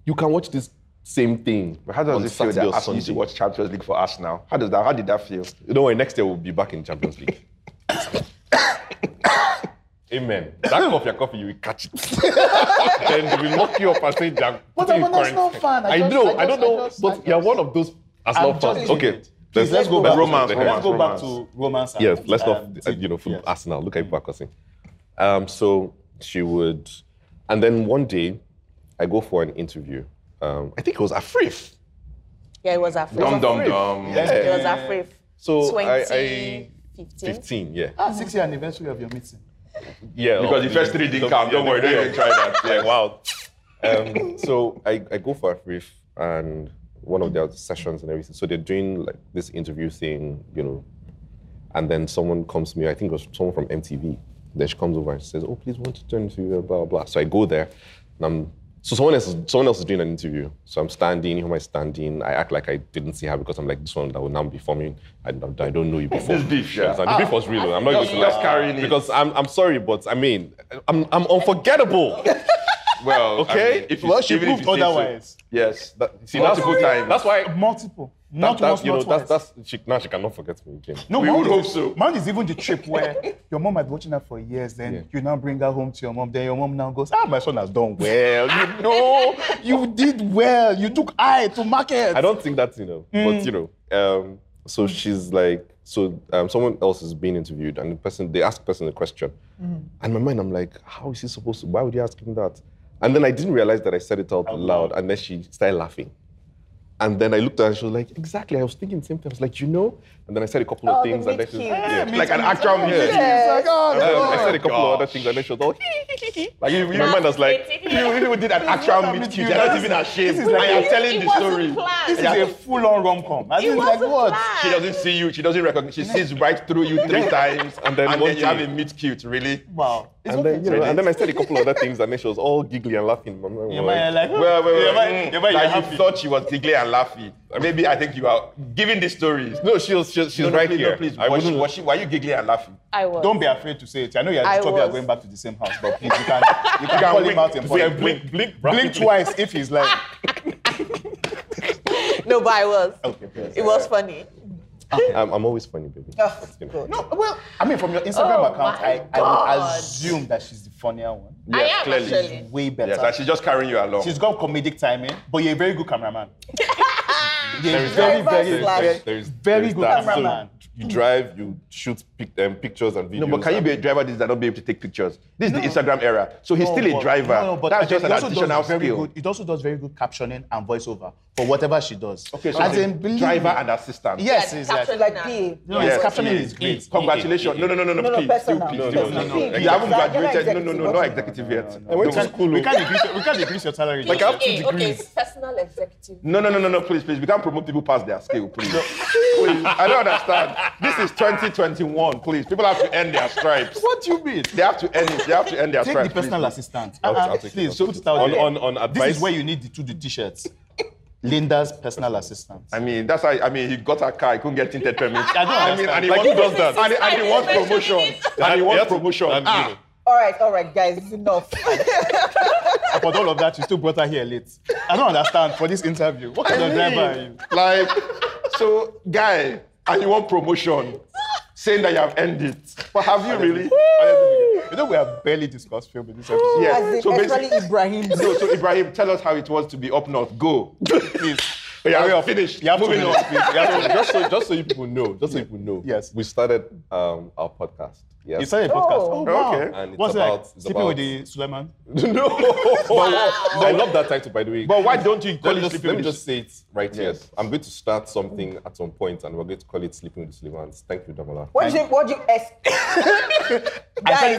Speaker 1: you can watch this same thing.
Speaker 3: But how does
Speaker 1: on
Speaker 3: it feel
Speaker 1: Saturday
Speaker 3: that
Speaker 1: or
Speaker 3: Arsenal used to
Speaker 1: Sunday?
Speaker 3: watch Champions League for us now? How does that? How did that feel?
Speaker 1: Don't worry, next year we'll be back in Champions League. Amen. That cup of your coffee, you will catch it. then they will lock you up and say, Jack.
Speaker 4: But
Speaker 1: put
Speaker 4: I'm
Speaker 1: in
Speaker 4: an Arsenal
Speaker 1: quarantine."
Speaker 4: fan. I
Speaker 1: I,
Speaker 4: just-
Speaker 1: know, I,
Speaker 4: I just-
Speaker 1: don't
Speaker 4: I
Speaker 1: know.
Speaker 4: just-
Speaker 1: but
Speaker 4: I
Speaker 1: you're
Speaker 4: just-
Speaker 1: one of those
Speaker 4: I'm
Speaker 1: Arsenal fans.
Speaker 4: just-
Speaker 1: Okay.
Speaker 4: Please, let's go back. to
Speaker 3: Romance,
Speaker 1: the
Speaker 4: Let's
Speaker 3: romance.
Speaker 1: head.
Speaker 4: go back to romance. and-
Speaker 1: Yes, let's not,
Speaker 4: and-
Speaker 1: uh, you know, football,
Speaker 4: yes.
Speaker 1: Arsenal. Look at people are cussing. Um, so she would, and then one day, I go for an interview. Um, I think it was Afrif.
Speaker 5: Yeah, it was Afri.
Speaker 3: Dum dum
Speaker 1: Free.
Speaker 3: dum.
Speaker 1: Yeah.
Speaker 5: It was Afri.
Speaker 1: So I, I
Speaker 5: 2015.
Speaker 1: 15, yeah.
Speaker 4: Ah, six year anniversary of your meeting.
Speaker 1: Yeah. uh,
Speaker 3: Because the
Speaker 1: of
Speaker 3: first three didn't count.
Speaker 1: yeah,
Speaker 3: Don't worry, don't
Speaker 1: yeah.
Speaker 3: even try that.
Speaker 1: Yeah,
Speaker 3: Yeah.
Speaker 1: wow. Um, so I, I go for a brief and one of their sessions and everything. So they're doing like this interview thing, you know, and then someone comes to me, I think it was someone from MTV. Then she comes over and she says, Oh, please, we want to do an interview, blah, blah, blah. So I go there and I'm, so someone else, is- someone else is doing an interview. So I'm standing, who am I standing? I act like I didn't see her because I'm like, this one that will now be forming. I, don't- I don't know you before.
Speaker 3: This beef, yeah.
Speaker 1: And the beef was real. I'm not
Speaker 3: Just-
Speaker 1: going to lie.
Speaker 3: just carrying it.
Speaker 1: Because I'm, I'm sorry, but I mean, I'm, I'm unforgettable.
Speaker 3: Well,
Speaker 1: Okay.
Speaker 3: I mean, if you,
Speaker 4: Well, she
Speaker 3: even if
Speaker 4: proved
Speaker 3: you say so-
Speaker 4: otherwise.
Speaker 3: yes. That, see,
Speaker 1: Multiple
Speaker 3: multiple times.
Speaker 1: That's why. That,
Speaker 4: Multiple. Not
Speaker 1: that,
Speaker 4: once,
Speaker 1: you know,
Speaker 4: not twice.
Speaker 1: that's, that's, she, now she cannot forget me again.
Speaker 4: No,
Speaker 3: We
Speaker 4: mine
Speaker 3: would
Speaker 4: is-
Speaker 3: hope so.
Speaker 4: Mine is even the trip where your mom had watching her for years, then
Speaker 1: Yeah.
Speaker 4: you now bring her home to your mom, then your mom now goes, ah, my son has done well. You know, you did well. You took eye to market.
Speaker 1: I don't think that's you know, but
Speaker 4: Mm.
Speaker 1: you know. Um, so she's like, so um, someone else is being interviewed, and the person they ask the person a question,
Speaker 4: Mm.
Speaker 1: and in my mind I'm like, how is he supposed to? Why would you ask him that? And then I didn't realize that I said it out loud, and then she started laughing. And then I looked at her and she was like, exactly. I was thinking the same thing. I was like, you know. And then I said a couple
Speaker 2: Oh,
Speaker 1: of
Speaker 2: the
Speaker 1: things, and then she was,
Speaker 2: meet
Speaker 1: yeah.
Speaker 4: cute.
Speaker 3: like an actual
Speaker 4: Yeah. Oh,
Speaker 3: music.
Speaker 4: It's like, oh,
Speaker 1: And then
Speaker 4: God.
Speaker 1: I said a couple of other things, and then she was all. like you, you remember us like.
Speaker 3: People, people did an actual meet cute. They're not even ashamed.
Speaker 4: This is like-
Speaker 3: I am telling
Speaker 5: it
Speaker 3: the
Speaker 5: wasn't
Speaker 3: story.
Speaker 5: planned.
Speaker 4: This
Speaker 3: Yeah.
Speaker 4: is a full-on rom-com. I think like
Speaker 5: wasn't
Speaker 4: what?
Speaker 5: planned.
Speaker 3: She doesn't see you. She doesn't recognize. She sees right through you three times,
Speaker 1: And then one
Speaker 3: you have
Speaker 1: day-
Speaker 3: a meet cute. Really?
Speaker 4: Wow. It's
Speaker 1: And
Speaker 4: okay.
Speaker 1: then, you know, and then I said a couple of other things, and then she was all giggly and laughing. My mom
Speaker 4: Your
Speaker 1: was
Speaker 4: mind like,
Speaker 3: Well, well,
Speaker 4: your
Speaker 3: well.
Speaker 4: mind- your mind, you're
Speaker 3: like
Speaker 4: happy.
Speaker 3: you thought she was giggly and laughy. Maybe I think you are giving the stories.
Speaker 1: No, she was, she, she's
Speaker 3: No, no,
Speaker 1: right
Speaker 3: please,
Speaker 1: here.
Speaker 3: No, please.
Speaker 1: I
Speaker 3: was,
Speaker 1: wouldn't.
Speaker 3: was she, were you giggly and laughing?
Speaker 5: I was.
Speaker 4: Don't be afraid to say it. I know you're
Speaker 5: I
Speaker 4: the two of you are
Speaker 5: was.
Speaker 4: going back to the same house, but please, you can, you can,
Speaker 3: can
Speaker 4: call him
Speaker 3: wink.
Speaker 4: out in
Speaker 3: Wait,
Speaker 4: public.
Speaker 3: blink, blink,
Speaker 4: Blink twice if he's like,
Speaker 5: No, but I was.
Speaker 4: okay,
Speaker 5: It was funny.
Speaker 1: I'm, I'm always funny, baby.
Speaker 2: Oh,
Speaker 1: You know.
Speaker 2: God.
Speaker 4: No, well, I mean, from your Instagram
Speaker 5: Oh
Speaker 4: account,
Speaker 5: my
Speaker 4: I, I would
Speaker 5: God.
Speaker 4: assume that she's the funnier one.
Speaker 5: I am
Speaker 7: clearly.
Speaker 5: actually.
Speaker 4: Way better.
Speaker 7: Yes, and she's just carrying you along.
Speaker 4: she's got comedic timing, but you're a very good cameraman. you're a
Speaker 1: is
Speaker 4: very,
Speaker 2: that.
Speaker 4: very,
Speaker 2: Very
Speaker 1: There's-
Speaker 4: very,
Speaker 2: slash-
Speaker 1: there's-
Speaker 4: very
Speaker 1: there's
Speaker 4: good
Speaker 1: that. So
Speaker 4: cameraman.
Speaker 1: you drive, you shoot pic- um, pictures and videos.
Speaker 3: No, but can you be a driver that does not be able to take pictures? This is the Instagram era. So he's still a
Speaker 4: but-
Speaker 3: driver.
Speaker 4: No, no, but
Speaker 3: That's
Speaker 4: I
Speaker 3: just
Speaker 4: think
Speaker 3: an
Speaker 4: it also
Speaker 3: additional
Speaker 4: does very
Speaker 3: skill.
Speaker 4: Good, it also does very good captioning and voiceover for whatever she does.
Speaker 3: Okay, so
Speaker 4: As
Speaker 3: the
Speaker 4: in, believe
Speaker 3: driver
Speaker 4: me.
Speaker 3: and assistant.
Speaker 4: Yes,
Speaker 5: Yeah,
Speaker 4: it's like,
Speaker 5: caption-
Speaker 2: Like
Speaker 5: Nah.
Speaker 2: PA.
Speaker 4: no,
Speaker 3: Yes,
Speaker 4: his captioning
Speaker 3: yeah,
Speaker 4: is great.
Speaker 3: Congratulations. No, no, no, no, no.
Speaker 2: No, no,
Speaker 3: please.
Speaker 2: personal.
Speaker 3: Still,
Speaker 2: No,
Speaker 3: please.
Speaker 1: no, no,
Speaker 3: You
Speaker 1: no.
Speaker 3: haven't
Speaker 2: You're not- you're not
Speaker 3: graduated. No, no, no, not
Speaker 2: executive.
Speaker 3: executive yet.
Speaker 1: I went
Speaker 4: We
Speaker 1: to
Speaker 4: can't-
Speaker 1: school.
Speaker 4: We
Speaker 1: oh.
Speaker 4: can't increase, we can't increase your salary.
Speaker 3: Like, I have two
Speaker 5: Okay, okay,
Speaker 3: degrees.
Speaker 5: personal executive.
Speaker 3: No, no, no, no, no, please, please. We can't promote people past their skill, please. please. I don't understand. This is 2021, please. People have to earn their stripes.
Speaker 4: what do you mean?
Speaker 3: They have to earn it. They have to earn their
Speaker 4: Take
Speaker 3: stripes.
Speaker 4: the personal
Speaker 3: please.
Speaker 4: assistant.
Speaker 1: I'll-
Speaker 4: Uh-uh,
Speaker 1: I'll take it,
Speaker 4: please,
Speaker 1: I'll
Speaker 4: put
Speaker 1: take
Speaker 4: it out
Speaker 1: it.
Speaker 4: there.
Speaker 1: On- on- on
Speaker 4: This
Speaker 1: advice?
Speaker 4: is where you need the two the t-shirts. Linda's personal assistant.
Speaker 3: I mean, that's how, I mean, he got a car, he couldn't get tinted permit.
Speaker 4: I don't
Speaker 3: I mean,
Speaker 4: understand.
Speaker 3: and he
Speaker 1: Like,
Speaker 3: wants,
Speaker 1: he does that.
Speaker 3: And, he- and he wants promotion. And he wants
Speaker 1: Yes,
Speaker 3: promotion.
Speaker 1: and, you
Speaker 3: Ah.
Speaker 1: know,
Speaker 2: All right, all right, guys, it's enough.
Speaker 4: But all of that, you still brought her here late. I don't understand for this interview. What kind of driver are you?
Speaker 3: Like, so, guy, and you want promotion, saying that you have earned it. But have you really?
Speaker 4: You know, we have barely discussed film in this episode.
Speaker 2: As
Speaker 3: Yeah.
Speaker 2: in,
Speaker 3: So
Speaker 2: especially
Speaker 3: basically,
Speaker 2: Ibrahim.
Speaker 3: no, so Ibrahim, tell us how it was to be up north. Go. Please. Yeah, we are finished.
Speaker 4: You have to
Speaker 3: Moving
Speaker 4: be
Speaker 3: on.
Speaker 4: honest, please. You have to-
Speaker 1: just so just so you people know, just so you people know.
Speaker 4: Yes.
Speaker 1: We started um, our podcast. Yes.
Speaker 4: You started a podcast.
Speaker 2: Oh.
Speaker 4: Oh, wow.
Speaker 3: Okay.
Speaker 1: And it's
Speaker 4: What's
Speaker 1: about
Speaker 4: that?
Speaker 1: it's
Speaker 4: Sleeping
Speaker 1: about-
Speaker 4: with the Suleiman?
Speaker 1: no. Oh, I love that title by the way.
Speaker 3: But why don't you
Speaker 1: let
Speaker 3: call
Speaker 1: me,
Speaker 3: it
Speaker 1: just, let
Speaker 3: sleeping
Speaker 1: me
Speaker 3: with
Speaker 1: just
Speaker 3: the
Speaker 1: say it right
Speaker 3: Yes.
Speaker 1: here. I'm going to start something at some point, and we're going to call it Sleeping with the Suleimans. Thank you, Damola.
Speaker 2: What do you, what do you expect?
Speaker 4: I said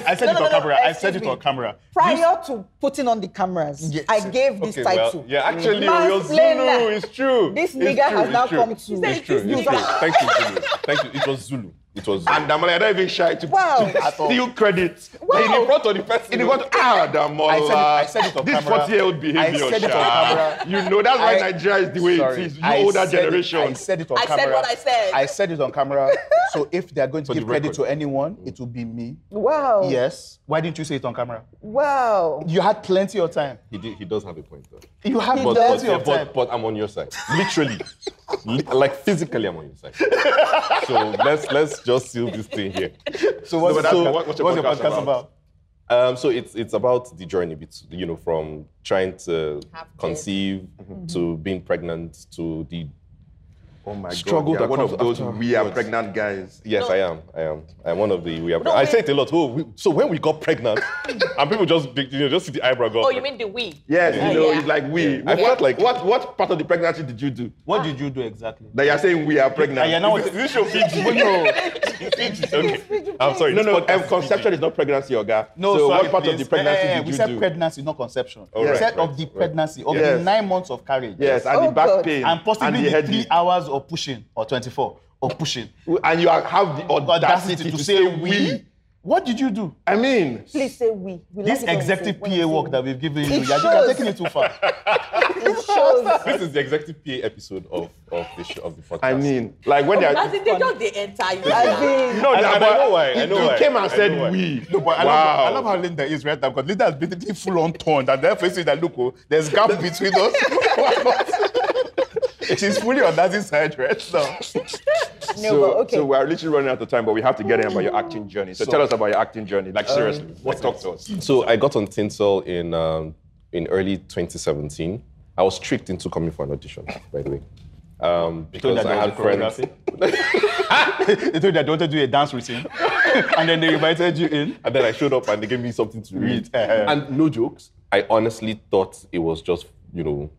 Speaker 4: it, I said
Speaker 2: no,
Speaker 4: it
Speaker 2: no,
Speaker 4: on
Speaker 2: no,
Speaker 4: camera. I said
Speaker 2: excuse
Speaker 4: it
Speaker 2: me.
Speaker 4: on camera. You-
Speaker 2: Prior to putting on the cameras, I gave this
Speaker 1: Okay, well,
Speaker 2: title.
Speaker 1: yeah, actually,
Speaker 2: Mansplainer.
Speaker 1: your Zulu is true.
Speaker 2: This
Speaker 1: It's
Speaker 2: nigga
Speaker 1: true,
Speaker 2: has
Speaker 1: it's
Speaker 2: now
Speaker 1: true.
Speaker 2: come to- He said
Speaker 1: It's
Speaker 2: it
Speaker 1: true.
Speaker 2: is
Speaker 1: It's
Speaker 2: Zulu.
Speaker 1: true. Thank you, Zulu. Thank you. It was Zulu. It was Zulu.
Speaker 3: And Damola, you're not even shy to
Speaker 2: Wow.
Speaker 3: to steal credit.
Speaker 2: Wow.
Speaker 3: In the front of the person. In the front, ah, Damola.
Speaker 1: Oh,
Speaker 4: I said it- I
Speaker 1: uh,
Speaker 4: said it on
Speaker 3: This
Speaker 4: camera.
Speaker 3: 40-year-old behavior.
Speaker 4: I said it on
Speaker 3: Sha.
Speaker 4: camera.
Speaker 3: You know, that's why
Speaker 4: I-
Speaker 3: Nigeria is the way
Speaker 4: Sorry,
Speaker 3: it is. You
Speaker 4: I
Speaker 3: older
Speaker 4: said it-
Speaker 3: generation.
Speaker 4: I said it on
Speaker 5: I said
Speaker 4: camera.
Speaker 5: what I said.
Speaker 4: I said it on camera. so if they are going to give
Speaker 1: the
Speaker 4: credit
Speaker 1: record.
Speaker 4: to anyone, it will be me.
Speaker 2: Wow.
Speaker 4: Yes. Mm. Why didn't you say it on camera?
Speaker 2: Wow.
Speaker 4: You had plenty of time.
Speaker 1: He, did, he does have a point though.
Speaker 4: You had
Speaker 1: But, but,
Speaker 4: plenty
Speaker 1: yeah,
Speaker 4: of time.
Speaker 1: but, but I'm on your side, literally, Li- like physically, I'm on your side. so let's let's just seal this thing here.
Speaker 4: so what's,
Speaker 3: No, but that's-
Speaker 4: so
Speaker 3: what-
Speaker 4: what's, your podcast, about?
Speaker 1: Um, so it's it's about the journey, bet- you know, from trying to
Speaker 5: Have kids. Mm-hmm.
Speaker 1: conceive to being pregnant to the
Speaker 3: Oh my
Speaker 4: Struggle
Speaker 3: God. you're
Speaker 4: that
Speaker 3: one of
Speaker 4: comes
Speaker 3: those
Speaker 4: after.
Speaker 3: we are pregnant guys.
Speaker 1: Yes, I am. I am. I'm one of the we are.
Speaker 5: No,
Speaker 1: I
Speaker 5: wait.
Speaker 1: say it a lot. Oh, we, so when we got pregnant, and people just big- you know just see the eyebrow go.
Speaker 5: Oh,
Speaker 1: up,
Speaker 5: you
Speaker 1: like,
Speaker 5: mean the we?
Speaker 3: Yes,
Speaker 5: Yeah.
Speaker 3: you know,
Speaker 5: Yeah.
Speaker 3: it's like we.
Speaker 1: I
Speaker 3: What,
Speaker 1: felt
Speaker 3: like,
Speaker 1: like-
Speaker 3: what, what part of the pregnancy did you do?
Speaker 4: What did you do exactly?
Speaker 3: That you're saying we are pregnant.
Speaker 4: And you're now-
Speaker 3: Is this your Fiji? no,
Speaker 1: okay. I'm sorry.
Speaker 3: no,
Speaker 1: this
Speaker 3: no.
Speaker 1: podcast
Speaker 3: um,
Speaker 1: is
Speaker 3: conception is not pregnancy, Oga.
Speaker 4: No,
Speaker 3: so,
Speaker 4: sorry,
Speaker 3: what part of
Speaker 4: please.
Speaker 3: the pregnancy
Speaker 4: Eh, eh,
Speaker 3: did
Speaker 4: we
Speaker 3: you
Speaker 4: said
Speaker 3: do?
Speaker 4: pregnancy, not conception.
Speaker 1: Oh,
Speaker 4: we
Speaker 1: right,
Speaker 4: said
Speaker 1: right,
Speaker 4: of the
Speaker 1: right.
Speaker 4: pregnancy, of
Speaker 3: Yes.
Speaker 4: the nine months of carriage.
Speaker 3: Yes, and
Speaker 2: Oh,
Speaker 3: the back
Speaker 2: God.
Speaker 3: pain.
Speaker 4: And possibly
Speaker 3: and the
Speaker 4: the three
Speaker 3: headache.
Speaker 4: hours of pushing or 24 of pushing.
Speaker 3: And you are- have the audacity,
Speaker 4: Audacity to say we. What did you do?
Speaker 3: I mean,
Speaker 2: Please say we. we
Speaker 4: This
Speaker 2: like it when you say-
Speaker 4: executive
Speaker 2: when you
Speaker 4: PA
Speaker 2: say
Speaker 4: work
Speaker 2: we.
Speaker 4: that we've given you,
Speaker 2: It
Speaker 4: you're you're
Speaker 2: shows.
Speaker 4: taking it too far.
Speaker 2: It shows.
Speaker 1: This is the executive PA episode of of the show, of the podcast.
Speaker 3: I mean, like when they're.
Speaker 5: As in, they just they enter you.
Speaker 2: As in,
Speaker 3: No,
Speaker 1: I-
Speaker 3: yeah,
Speaker 1: I
Speaker 3: but
Speaker 1: know why, I
Speaker 3: You
Speaker 1: know why,
Speaker 3: came
Speaker 1: I know
Speaker 3: and said
Speaker 1: why.
Speaker 3: we.
Speaker 4: No, but I,
Speaker 3: wow.
Speaker 4: love, I love how Linda is right now because Linda has been the full on turned and they're facing that look, oh, there's gap between us. She's fully on that side right now.
Speaker 2: no,
Speaker 3: so,
Speaker 2: but okay.
Speaker 3: so we're literally running out of time, but we have to get in about your acting journey. So, tell us about your acting journey.
Speaker 1: um,
Speaker 3: Like seriously, what talk to us?
Speaker 1: So I got on Tinsel in um, in early 2017. I was tricked into coming for an audition, by the way, um, because I had friends.
Speaker 4: they told you I don't do a dance routine. and then they invited you in.
Speaker 1: And then I showed up and they gave me something to read.
Speaker 4: Read, eh, eh.
Speaker 1: and no jokes. I honestly thought it was just, you know,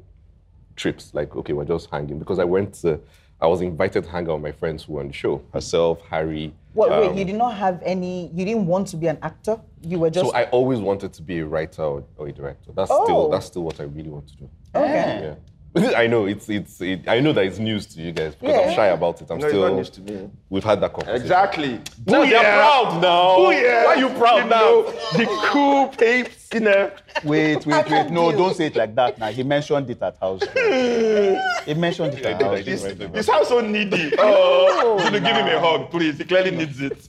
Speaker 1: trips. Like, okay, we're just hanging. Because I went to, I was invited to hang out with my friends who were on the show. Herself, Harry.
Speaker 2: What,
Speaker 1: um,
Speaker 2: wait, you did not have any, you didn't want to be an actor? You were just.
Speaker 1: so I always wanted to be a writer or, or a director. That's
Speaker 2: Oh.
Speaker 1: still that's still what I really want to do.
Speaker 2: okay.
Speaker 1: Yeah. I know it's it's it, I know that it's news to you guys because
Speaker 2: Yeah.
Speaker 1: I'm shy about it. I'm
Speaker 3: No, it's
Speaker 1: still
Speaker 3: not news to me.
Speaker 1: We've had that conversation.
Speaker 3: Exactly.
Speaker 1: Now they're proud now.
Speaker 3: Oh yeah.
Speaker 1: Why are you proud
Speaker 3: You
Speaker 1: now?
Speaker 3: know, the cool papes, you know.
Speaker 4: Wait, wait, wait.
Speaker 2: can't
Speaker 4: No,
Speaker 2: do.
Speaker 4: don't say it like that now. He mentioned it at house. he mentioned it at house. Oh.
Speaker 3: This, you sound so needy. Oh, you should give him a hug, please. He clearly needs it.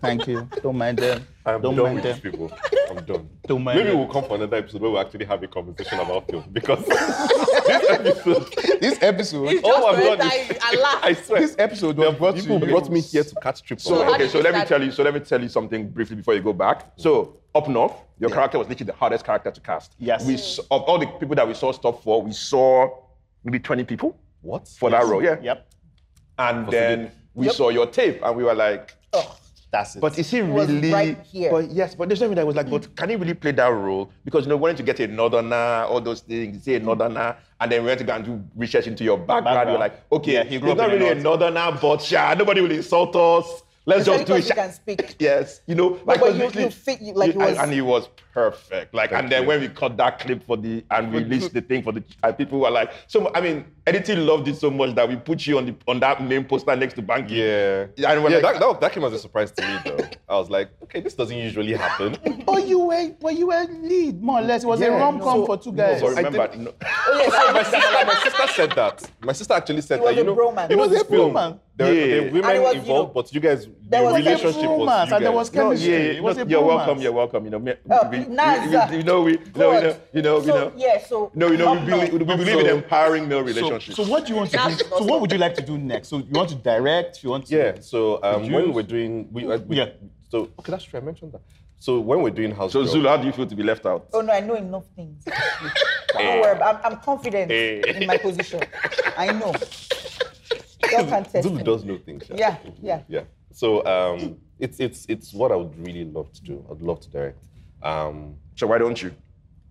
Speaker 4: Thank you. Don't mind them.
Speaker 1: I'm
Speaker 4: Don't
Speaker 1: done
Speaker 4: mind
Speaker 1: with
Speaker 4: them.
Speaker 1: these people. I'm done.
Speaker 4: Don't mind
Speaker 1: Maybe
Speaker 4: them.
Speaker 1: we'll come for another episode where we'll actually have a conversation about film because this episode,
Speaker 4: This episode,
Speaker 1: all
Speaker 5: Just
Speaker 1: I've done
Speaker 5: that
Speaker 1: is,
Speaker 5: I
Speaker 1: oh
Speaker 5: laugh.
Speaker 1: I swear,
Speaker 4: this episode was brought
Speaker 1: people
Speaker 4: to you.
Speaker 1: brought me here to catch trips.
Speaker 5: So how
Speaker 8: okay,
Speaker 5: did
Speaker 8: so
Speaker 5: you
Speaker 8: let me
Speaker 5: start-
Speaker 8: tell
Speaker 3: tell you, so let me tell you something briefly before you go back. So up north, your character was literally the hardest character to cast.
Speaker 4: Yes.
Speaker 3: We s- of all the people that we saw stuff for, we saw maybe 20 people
Speaker 1: what?
Speaker 3: for that role. Yeah.
Speaker 4: Yep.
Speaker 3: And then we saw your tape and we were like,
Speaker 4: That's it.
Speaker 3: but is he
Speaker 2: was
Speaker 3: really?
Speaker 2: right here.
Speaker 3: But yes, but there's something that was like, but can he really play that role? Because you know, wanting to get a northerner, all those things, is he a northerner? And then we went to go and do research into your background.
Speaker 4: Background.
Speaker 3: You're like, okay,
Speaker 4: Yeah, he grew
Speaker 3: he's
Speaker 4: up
Speaker 3: not
Speaker 4: in the
Speaker 3: really a northerner, but yeah, nobody will insult us. Let's
Speaker 2: Especially
Speaker 3: just do it.
Speaker 2: because you can speak.
Speaker 3: Yes, you know,
Speaker 2: but
Speaker 3: like was
Speaker 2: you-
Speaker 3: literally-
Speaker 2: you fit- you- like, it
Speaker 3: and-
Speaker 2: was-
Speaker 3: and he was perfect. Like, and then when we cut that clip for the and released the thing for the and people were like, so I mean, editing loved it so much that we put you on the on that main poster next to Banky.
Speaker 1: Yeah.
Speaker 3: Yeah, and we're
Speaker 1: yeah,
Speaker 3: like-
Speaker 1: that, that, that came as a surprise to me though. I was like, okay, this doesn't usually happen.
Speaker 4: oh, you were, well, you were lead more or less. It was a rom com for two guys.
Speaker 3: So
Speaker 1: I
Speaker 3: remember,
Speaker 1: didn't-
Speaker 3: no-
Speaker 1: my, sister, my sister said that. My sister actually said
Speaker 2: It was
Speaker 1: that. You
Speaker 2: a
Speaker 1: know,
Speaker 2: bromance.
Speaker 1: you know
Speaker 4: It was
Speaker 1: this
Speaker 4: a
Speaker 1: film,
Speaker 4: bromance.
Speaker 1: There,
Speaker 3: Yeah.
Speaker 1: there were
Speaker 3: And
Speaker 1: women
Speaker 2: it was, you
Speaker 1: involved,
Speaker 2: know,
Speaker 1: but you guys,
Speaker 2: there
Speaker 1: the
Speaker 2: was a
Speaker 1: relationship
Speaker 4: bromance
Speaker 1: was. You
Speaker 4: and there
Speaker 1: guys.
Speaker 4: was
Speaker 1: No,
Speaker 3: no,
Speaker 4: chemistry.
Speaker 3: yeah,
Speaker 4: It was a
Speaker 3: you're welcome.
Speaker 4: bromance.
Speaker 3: You're welcome. You know, me-
Speaker 2: Oh,
Speaker 3: we- we-
Speaker 2: nice.
Speaker 3: you, you know, we, you know, we, know,
Speaker 2: Good.
Speaker 3: you know,
Speaker 2: so,
Speaker 3: you know,
Speaker 2: Yeah, so.
Speaker 3: no, you know, we
Speaker 2: Knock, knock.
Speaker 3: believe, we believe in
Speaker 1: So-
Speaker 3: empowering male
Speaker 4: So,
Speaker 3: relationships.
Speaker 4: so what do you want to do? So what would you like to do next? So you want to direct? You want to?
Speaker 1: Yeah. So um,
Speaker 4: Did
Speaker 1: when
Speaker 4: you-
Speaker 1: we're doing, we, uh, we
Speaker 4: Yeah.
Speaker 1: So okay, that's true. I mentioned that. So when we're doing house,
Speaker 3: So
Speaker 1: Girl-
Speaker 3: Zulu, how do you feel to be left out?
Speaker 2: Oh no, I know enough things. Don't worry, I'm, I'm confident in my position. I know. Y'all can test
Speaker 1: Zulu
Speaker 2: me.
Speaker 1: does know things.
Speaker 2: Yeah, yeah.
Speaker 1: Yeah. So um, it's it's it's what I would really love to do. I'd love to direct. Um,
Speaker 3: So why don't you?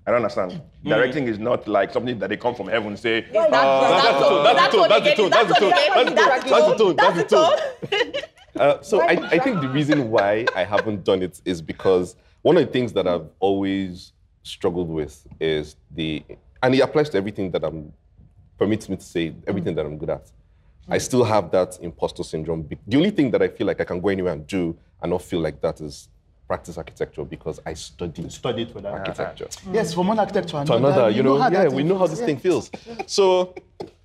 Speaker 3: I don't understand. Directing is not like something that they come from heaven and say.
Speaker 2: Why not?
Speaker 1: that's
Speaker 5: Uh, That's
Speaker 1: the tone,
Speaker 5: what
Speaker 1: Ah, that's the
Speaker 5: they
Speaker 1: tone,
Speaker 5: get.
Speaker 1: that's the tone,
Speaker 5: That's the tone. That's the tone.
Speaker 1: Uh, so
Speaker 2: Why
Speaker 1: I,
Speaker 2: would
Speaker 1: I
Speaker 2: you-
Speaker 1: think the reason why I haven't done it is because one of the things that I've always struggled with is the, and it applies to everything that I'm, permits me to say, everything that I'm good at. I still have that imposter syndrome. Be- The only thing that I feel like I can go anywhere and do and not feel like that is practice architecture because I studied
Speaker 4: Studied for that.
Speaker 1: architecture.
Speaker 4: Mm. Yes, from one architect to
Speaker 1: To
Speaker 4: another.
Speaker 1: another, you know,
Speaker 4: how
Speaker 1: yeah,
Speaker 4: that
Speaker 1: we
Speaker 4: is.
Speaker 1: know how this thing feels. So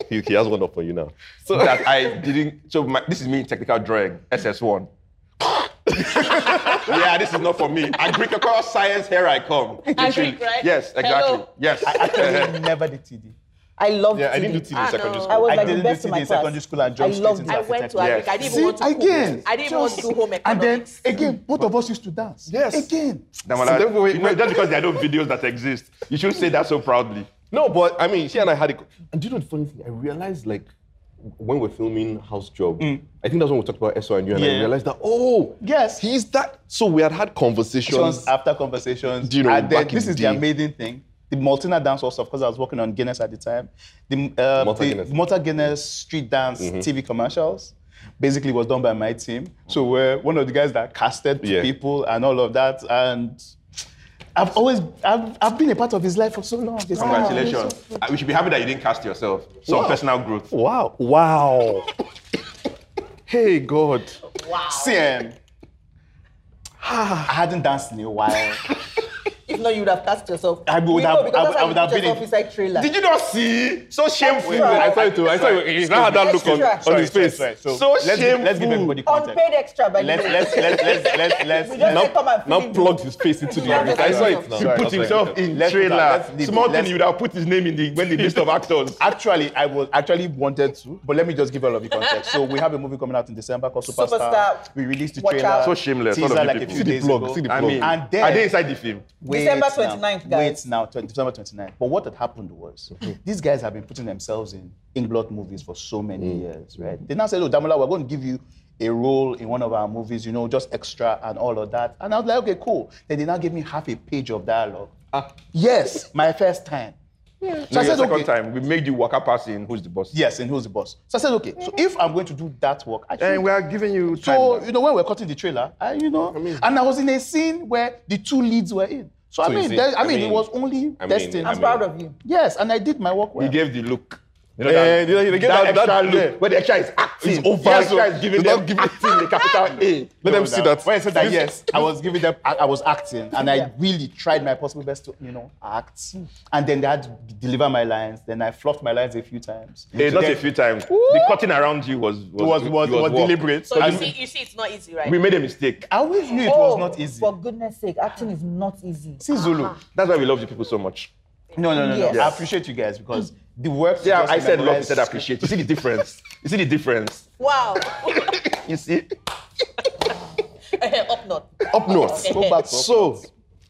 Speaker 1: he, he has one up for you now. So
Speaker 3: that I didn't. So my, this is me in technical drawing, SS1. yeah, this is not for me. Agricultural science, here I come.
Speaker 5: Agric, right?
Speaker 3: Yes, exactly.
Speaker 5: Hello.
Speaker 3: Yes.
Speaker 4: I actually never did TD.
Speaker 2: I loved
Speaker 1: yeah, I didn't do
Speaker 2: TD.
Speaker 1: TV in secondary
Speaker 5: no.
Speaker 1: school.
Speaker 2: I was
Speaker 4: I
Speaker 2: like the
Speaker 4: didn't
Speaker 2: best
Speaker 4: do
Speaker 2: in
Speaker 4: TD
Speaker 2: my
Speaker 4: in
Speaker 2: class.
Speaker 4: secondary school and
Speaker 2: I
Speaker 4: jumped straight
Speaker 2: loved
Speaker 4: into
Speaker 5: I
Speaker 2: it.
Speaker 5: went to
Speaker 4: Yes.
Speaker 5: Agric. I didn't even want to cook.
Speaker 4: again.
Speaker 5: I didn't want to do home
Speaker 4: And then
Speaker 5: economics.
Speaker 4: again, both of us used to dance.
Speaker 1: Yes.
Speaker 4: Again.
Speaker 3: Now, when I- you know, just because there are no videos that exist, you should say that so proudly.
Speaker 1: No, but I mean, she and I had it. And do you know the funny thing? I realized like when we're filming House Job,
Speaker 3: Mm.
Speaker 1: I think that's when we talked about SO and you, and I
Speaker 4: Yeah.
Speaker 1: realized that oh,
Speaker 4: Yes.
Speaker 1: he's that. So we had had conversations.
Speaker 4: Conversations after conversations.
Speaker 1: Do you know,
Speaker 4: and then
Speaker 1: back in
Speaker 4: this
Speaker 1: the
Speaker 4: is the
Speaker 1: day.
Speaker 4: amazing thing. The Maltina dance also, of course, I was working on Guinness at the time. The uh,
Speaker 1: Malta
Speaker 4: the
Speaker 1: Guinness. Mm-hmm.
Speaker 4: Malta Guinness street dance TV commercials basically was done by my team. So we're one of the guys that casted
Speaker 1: Yeah.
Speaker 4: people and all of that. And I've always I've, I've been a part of his life for so long. It's-
Speaker 3: Congratulations. Uh, we should be happy that you didn't cast yourself. Some personal growth.
Speaker 1: wow, wow. hey God,
Speaker 4: CM. oh, um, I hadn't danced in a while.
Speaker 2: If not, you would have cast yourself.
Speaker 4: I would
Speaker 2: We
Speaker 4: have-
Speaker 2: know, because
Speaker 4: I would-
Speaker 2: that's how
Speaker 4: I would have been
Speaker 2: you put yourself
Speaker 4: in-
Speaker 2: inside trailer.
Speaker 3: Did you not see? So shameful.
Speaker 2: Wait, wait, I
Speaker 1: saw it too. I saw it. He now had that look on,
Speaker 2: Sorry,
Speaker 1: on his face.
Speaker 4: Right, so
Speaker 3: So
Speaker 4: let's, give, let's give
Speaker 3: shameful.
Speaker 4: everybody context.
Speaker 2: Unpaid extra, by the
Speaker 4: Let's
Speaker 2: way.
Speaker 4: let's let's let's let's let's
Speaker 2: We just
Speaker 4: let's
Speaker 2: said come and
Speaker 1: Now
Speaker 2: feed me.
Speaker 1: plugged his face into the
Speaker 2: Yeah,
Speaker 1: abyss. I
Speaker 2: that's
Speaker 1: saw
Speaker 2: right.
Speaker 1: it now.
Speaker 2: He
Speaker 1: I
Speaker 3: Put
Speaker 1: saw it.
Speaker 3: himself in
Speaker 4: Let's put that-
Speaker 3: trailer.
Speaker 4: let's leave it.
Speaker 3: Small thing
Speaker 4: Let's-
Speaker 3: you would have put his name in the when the list of actors.
Speaker 4: Actually, I was actually wanted to, but let me just give all of you context. So we have a movie coming out in December called Superstar.
Speaker 2: Superstar.
Speaker 4: We released the
Speaker 2: Watch
Speaker 4: trailer.
Speaker 3: Ah,
Speaker 2: out. So
Speaker 3: shameless, all
Speaker 4: Teaser
Speaker 3: of you
Speaker 4: like a
Speaker 3: people.
Speaker 4: few
Speaker 1: See the
Speaker 4: days
Speaker 1: plug,
Speaker 4: ago.
Speaker 1: see the
Speaker 3: I
Speaker 1: plug.
Speaker 3: mean,
Speaker 4: And then-
Speaker 3: are they inside the film?
Speaker 4: Wait
Speaker 2: December
Speaker 4: now.
Speaker 2: 29th, guys. Hmm.
Speaker 4: Wait now, 20, December 29th. But what had happened was these guys have been putting themselves in Inglot movies for so many
Speaker 2: Hmm.
Speaker 4: years, right? They now said, oh, Damola, we're going to give you a role in one of our movies, you know, just extra and all of that. And I was like, okay, cool. Then they now gave me half a page of dialogue.
Speaker 2: Ah.
Speaker 4: Yes, my first time. So
Speaker 3: No,
Speaker 4: I
Speaker 3: Hmm. your
Speaker 4: said,
Speaker 3: second
Speaker 4: okay.
Speaker 3: time, we made you walk up past in who's the boss.
Speaker 4: Yes, and who's the boss? So I said, okay,
Speaker 3: Hmm.
Speaker 4: so if I'm going to do that work, I should.
Speaker 3: And we are giving you time.
Speaker 4: so,
Speaker 3: now.
Speaker 4: you know, when we we're cutting the trailer, I, you know, and I was in a scene where the two leads were in. So, I
Speaker 1: you
Speaker 4: mean,
Speaker 1: see,
Speaker 4: there, I,
Speaker 1: I
Speaker 4: mean, it
Speaker 1: mean-
Speaker 4: was only
Speaker 1: I mean,
Speaker 4: destiny.
Speaker 1: I
Speaker 2: I'm proud of you.
Speaker 4: Yes, and I did my work well.
Speaker 3: he gave the look. You know that,
Speaker 1: Eh, you know, you get that-
Speaker 3: extra
Speaker 1: that
Speaker 3: look
Speaker 1: look.
Speaker 3: where the extra is acting.
Speaker 1: It's over,
Speaker 3: The extra
Speaker 1: so
Speaker 3: is giving
Speaker 1: do not
Speaker 3: them
Speaker 1: give it-
Speaker 3: acting the capital A.
Speaker 1: Let them see that.
Speaker 4: When I said that,
Speaker 1: This-
Speaker 4: yes, I was giving them, I, I was acting, and I really tried my possible best to, you know, act. And then they had to deliver my lines. Then I fluffed my lines a few times.
Speaker 3: Eh, not
Speaker 4: Then-
Speaker 3: a few times. The cutting around you was was,
Speaker 4: It was, it was, it was
Speaker 3: work.
Speaker 4: deliberate.
Speaker 5: So you
Speaker 4: And
Speaker 5: see, you see, it's not easy, right?
Speaker 3: We made a mistake.
Speaker 4: I always knew it
Speaker 2: Oh,
Speaker 4: was not easy.
Speaker 2: For goodness sake, acting is not easy.
Speaker 4: See Zulu.
Speaker 3: That's why we love you people so much.
Speaker 4: No, no, no, no.
Speaker 2: Yes.
Speaker 4: I appreciate you guys because the work.
Speaker 3: Yeah,
Speaker 4: just
Speaker 3: I said love. You
Speaker 4: memorized-
Speaker 3: said appreciate. You see the difference. You see the difference.
Speaker 5: Wow.
Speaker 3: You see.
Speaker 5: Up north.
Speaker 1: Up north.
Speaker 4: Go back.
Speaker 1: So,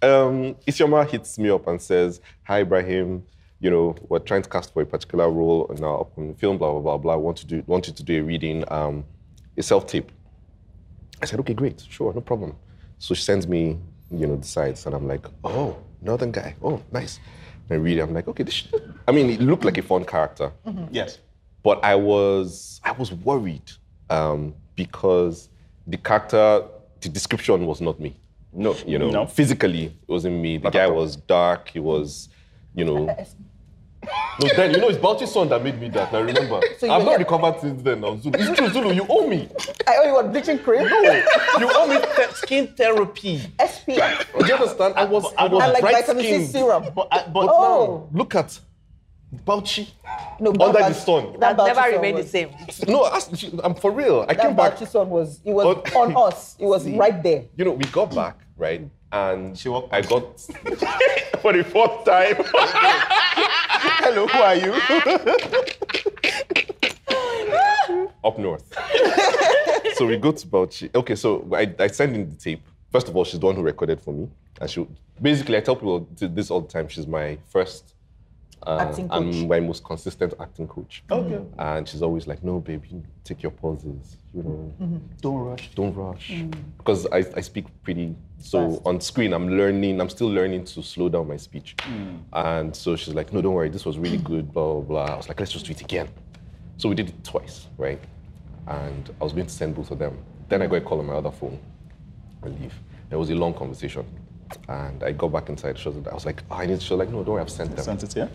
Speaker 1: um, Isioma hits me up and says, Hi, Ibrahim. You know, we're trying to cast for a particular role in our upcoming film, blah, blah, blah, blah. Want to do, want you to do a reading, um, a self tape. I said, Okay, great, sure, no problem. So she sends me, you know, the sides, and I'm like, Oh, Northern guy. Oh, nice. And I read it. I'm like, Okay, this should, I mean, it looked like a fun character
Speaker 4: yes.
Speaker 1: but I was I was worried um, because the character, the description was not me. No, you know, physically it wasn't me. The guy was dark. He was, you know. no, then you know it's Bauchi's son that made me that. I remember.
Speaker 2: So you
Speaker 1: I've
Speaker 2: were
Speaker 1: not
Speaker 2: here-
Speaker 1: recovered since then. On Zulu, it's true, Zulu. You owe me.
Speaker 2: I owe you a bleaching cream.
Speaker 1: You owe me te- skin therapy.
Speaker 2: SPF.
Speaker 1: Do you understand? I was I was
Speaker 2: I like
Speaker 1: bright
Speaker 2: vitamin C
Speaker 1: skinned.
Speaker 2: serum.
Speaker 4: But, I, but
Speaker 2: Oh.
Speaker 1: Look at Bauchi
Speaker 2: No,
Speaker 1: under the sun.
Speaker 5: That
Speaker 2: Bauchi
Speaker 5: never
Speaker 2: song
Speaker 5: remained the
Speaker 2: was-
Speaker 5: same.
Speaker 1: No, ask- I'm for real. I
Speaker 2: That
Speaker 1: came back.
Speaker 2: Bauchi song was, it was
Speaker 1: Oh.
Speaker 2: on us. It was right there.
Speaker 1: you know, we got back, right? And she
Speaker 4: walked
Speaker 1: I got
Speaker 3: For the fourth time.
Speaker 4: hello, who are you?
Speaker 1: up north. so we go to Bauchi. Okay, so I, I send in the tape. First of all, she's the one who recorded for me. And she basically I tell people this all the time, she's my first uh,
Speaker 2: Acting
Speaker 1: and
Speaker 2: coach.
Speaker 1: my most consistent acting coach.
Speaker 4: Okay.
Speaker 1: And she's always like, no, babe, you take your pauses, you know.
Speaker 4: Don't rush.
Speaker 1: don't rush because I, I speak pretty so on screen i'm learning i'm still learning to slow down my speech and so she's like no don't worry this was really good blah blah blah i was like let's just do it again so we did it twice right and i was going to send both of them then i got a call on my other phone i leave there was a long conversation and i got back inside she was, i was like oh, i need she was like no don't worry i've sent them
Speaker 4: Sent it, yeah?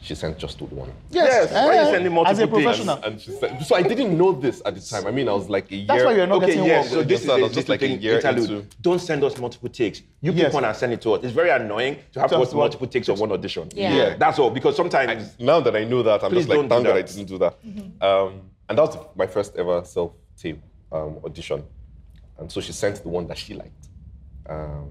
Speaker 1: she sent just the one
Speaker 3: Yes, why you sending multiple
Speaker 4: As a
Speaker 3: things?
Speaker 4: professional.
Speaker 1: and she said, so I didn't know this at the time. I mean, I was like a year.
Speaker 4: That's why you're not
Speaker 3: Okay,
Speaker 4: getting
Speaker 3: yes.
Speaker 4: work.
Speaker 3: So this is
Speaker 1: Understand,
Speaker 3: a-
Speaker 1: I was
Speaker 3: this
Speaker 1: just like a
Speaker 3: thing-
Speaker 1: year
Speaker 3: interlude.
Speaker 1: into-
Speaker 3: Don't send us multiple takes. You pick
Speaker 4: Yes.
Speaker 3: one and send it to us. It's very annoying to have
Speaker 4: Just
Speaker 3: multiple
Speaker 4: one.
Speaker 3: multiple takes of one audition.
Speaker 5: Yeah.
Speaker 1: Yeah.
Speaker 3: That's all. Because sometimes
Speaker 1: now that I know that, I'm
Speaker 3: Please
Speaker 1: just like,
Speaker 3: don't do
Speaker 1: thank God I
Speaker 3: that.
Speaker 1: didn't do that. Um, and that was my first ever self tape um, audition. And so she sent the one that she liked. Um,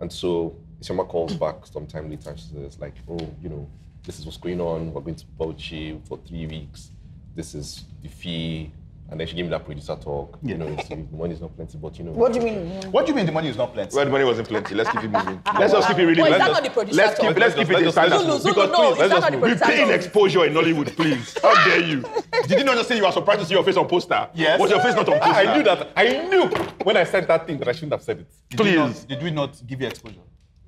Speaker 1: and so Isioma calls back sometime later and she says, like, oh, you know, this is what's going on. We're going to Bauchi for three weeks. This is the fee. And then she gave me that producer talk. You know, it's, the money's not plenty, but you know.
Speaker 2: What do you mean?
Speaker 4: What do you mean the money is not plenty?
Speaker 3: Well, the money wasn't plenty. Let's keep it moving. Let's just keep it reading.
Speaker 5: Well, is
Speaker 3: let's just-
Speaker 5: that not the producer
Speaker 3: let's
Speaker 5: talk?
Speaker 3: keep, let's keep it in
Speaker 1: Let's just-
Speaker 3: silence.
Speaker 5: Zulu, Zulu,
Speaker 3: because
Speaker 5: no,
Speaker 3: please, let's
Speaker 5: is that
Speaker 3: just
Speaker 5: not the
Speaker 3: move.
Speaker 5: producer
Speaker 3: We pay in
Speaker 5: talk?
Speaker 3: exposure in Hollywood, please. How dare you? Did you not just say you are surprised to see your face on poster?
Speaker 4: Yes.
Speaker 3: Was your face not on poster?
Speaker 1: I knew that. I knew when I sent that thing that I shouldn't have said it.
Speaker 4: Did we
Speaker 3: Please.
Speaker 4: not- Did we not give you exposure?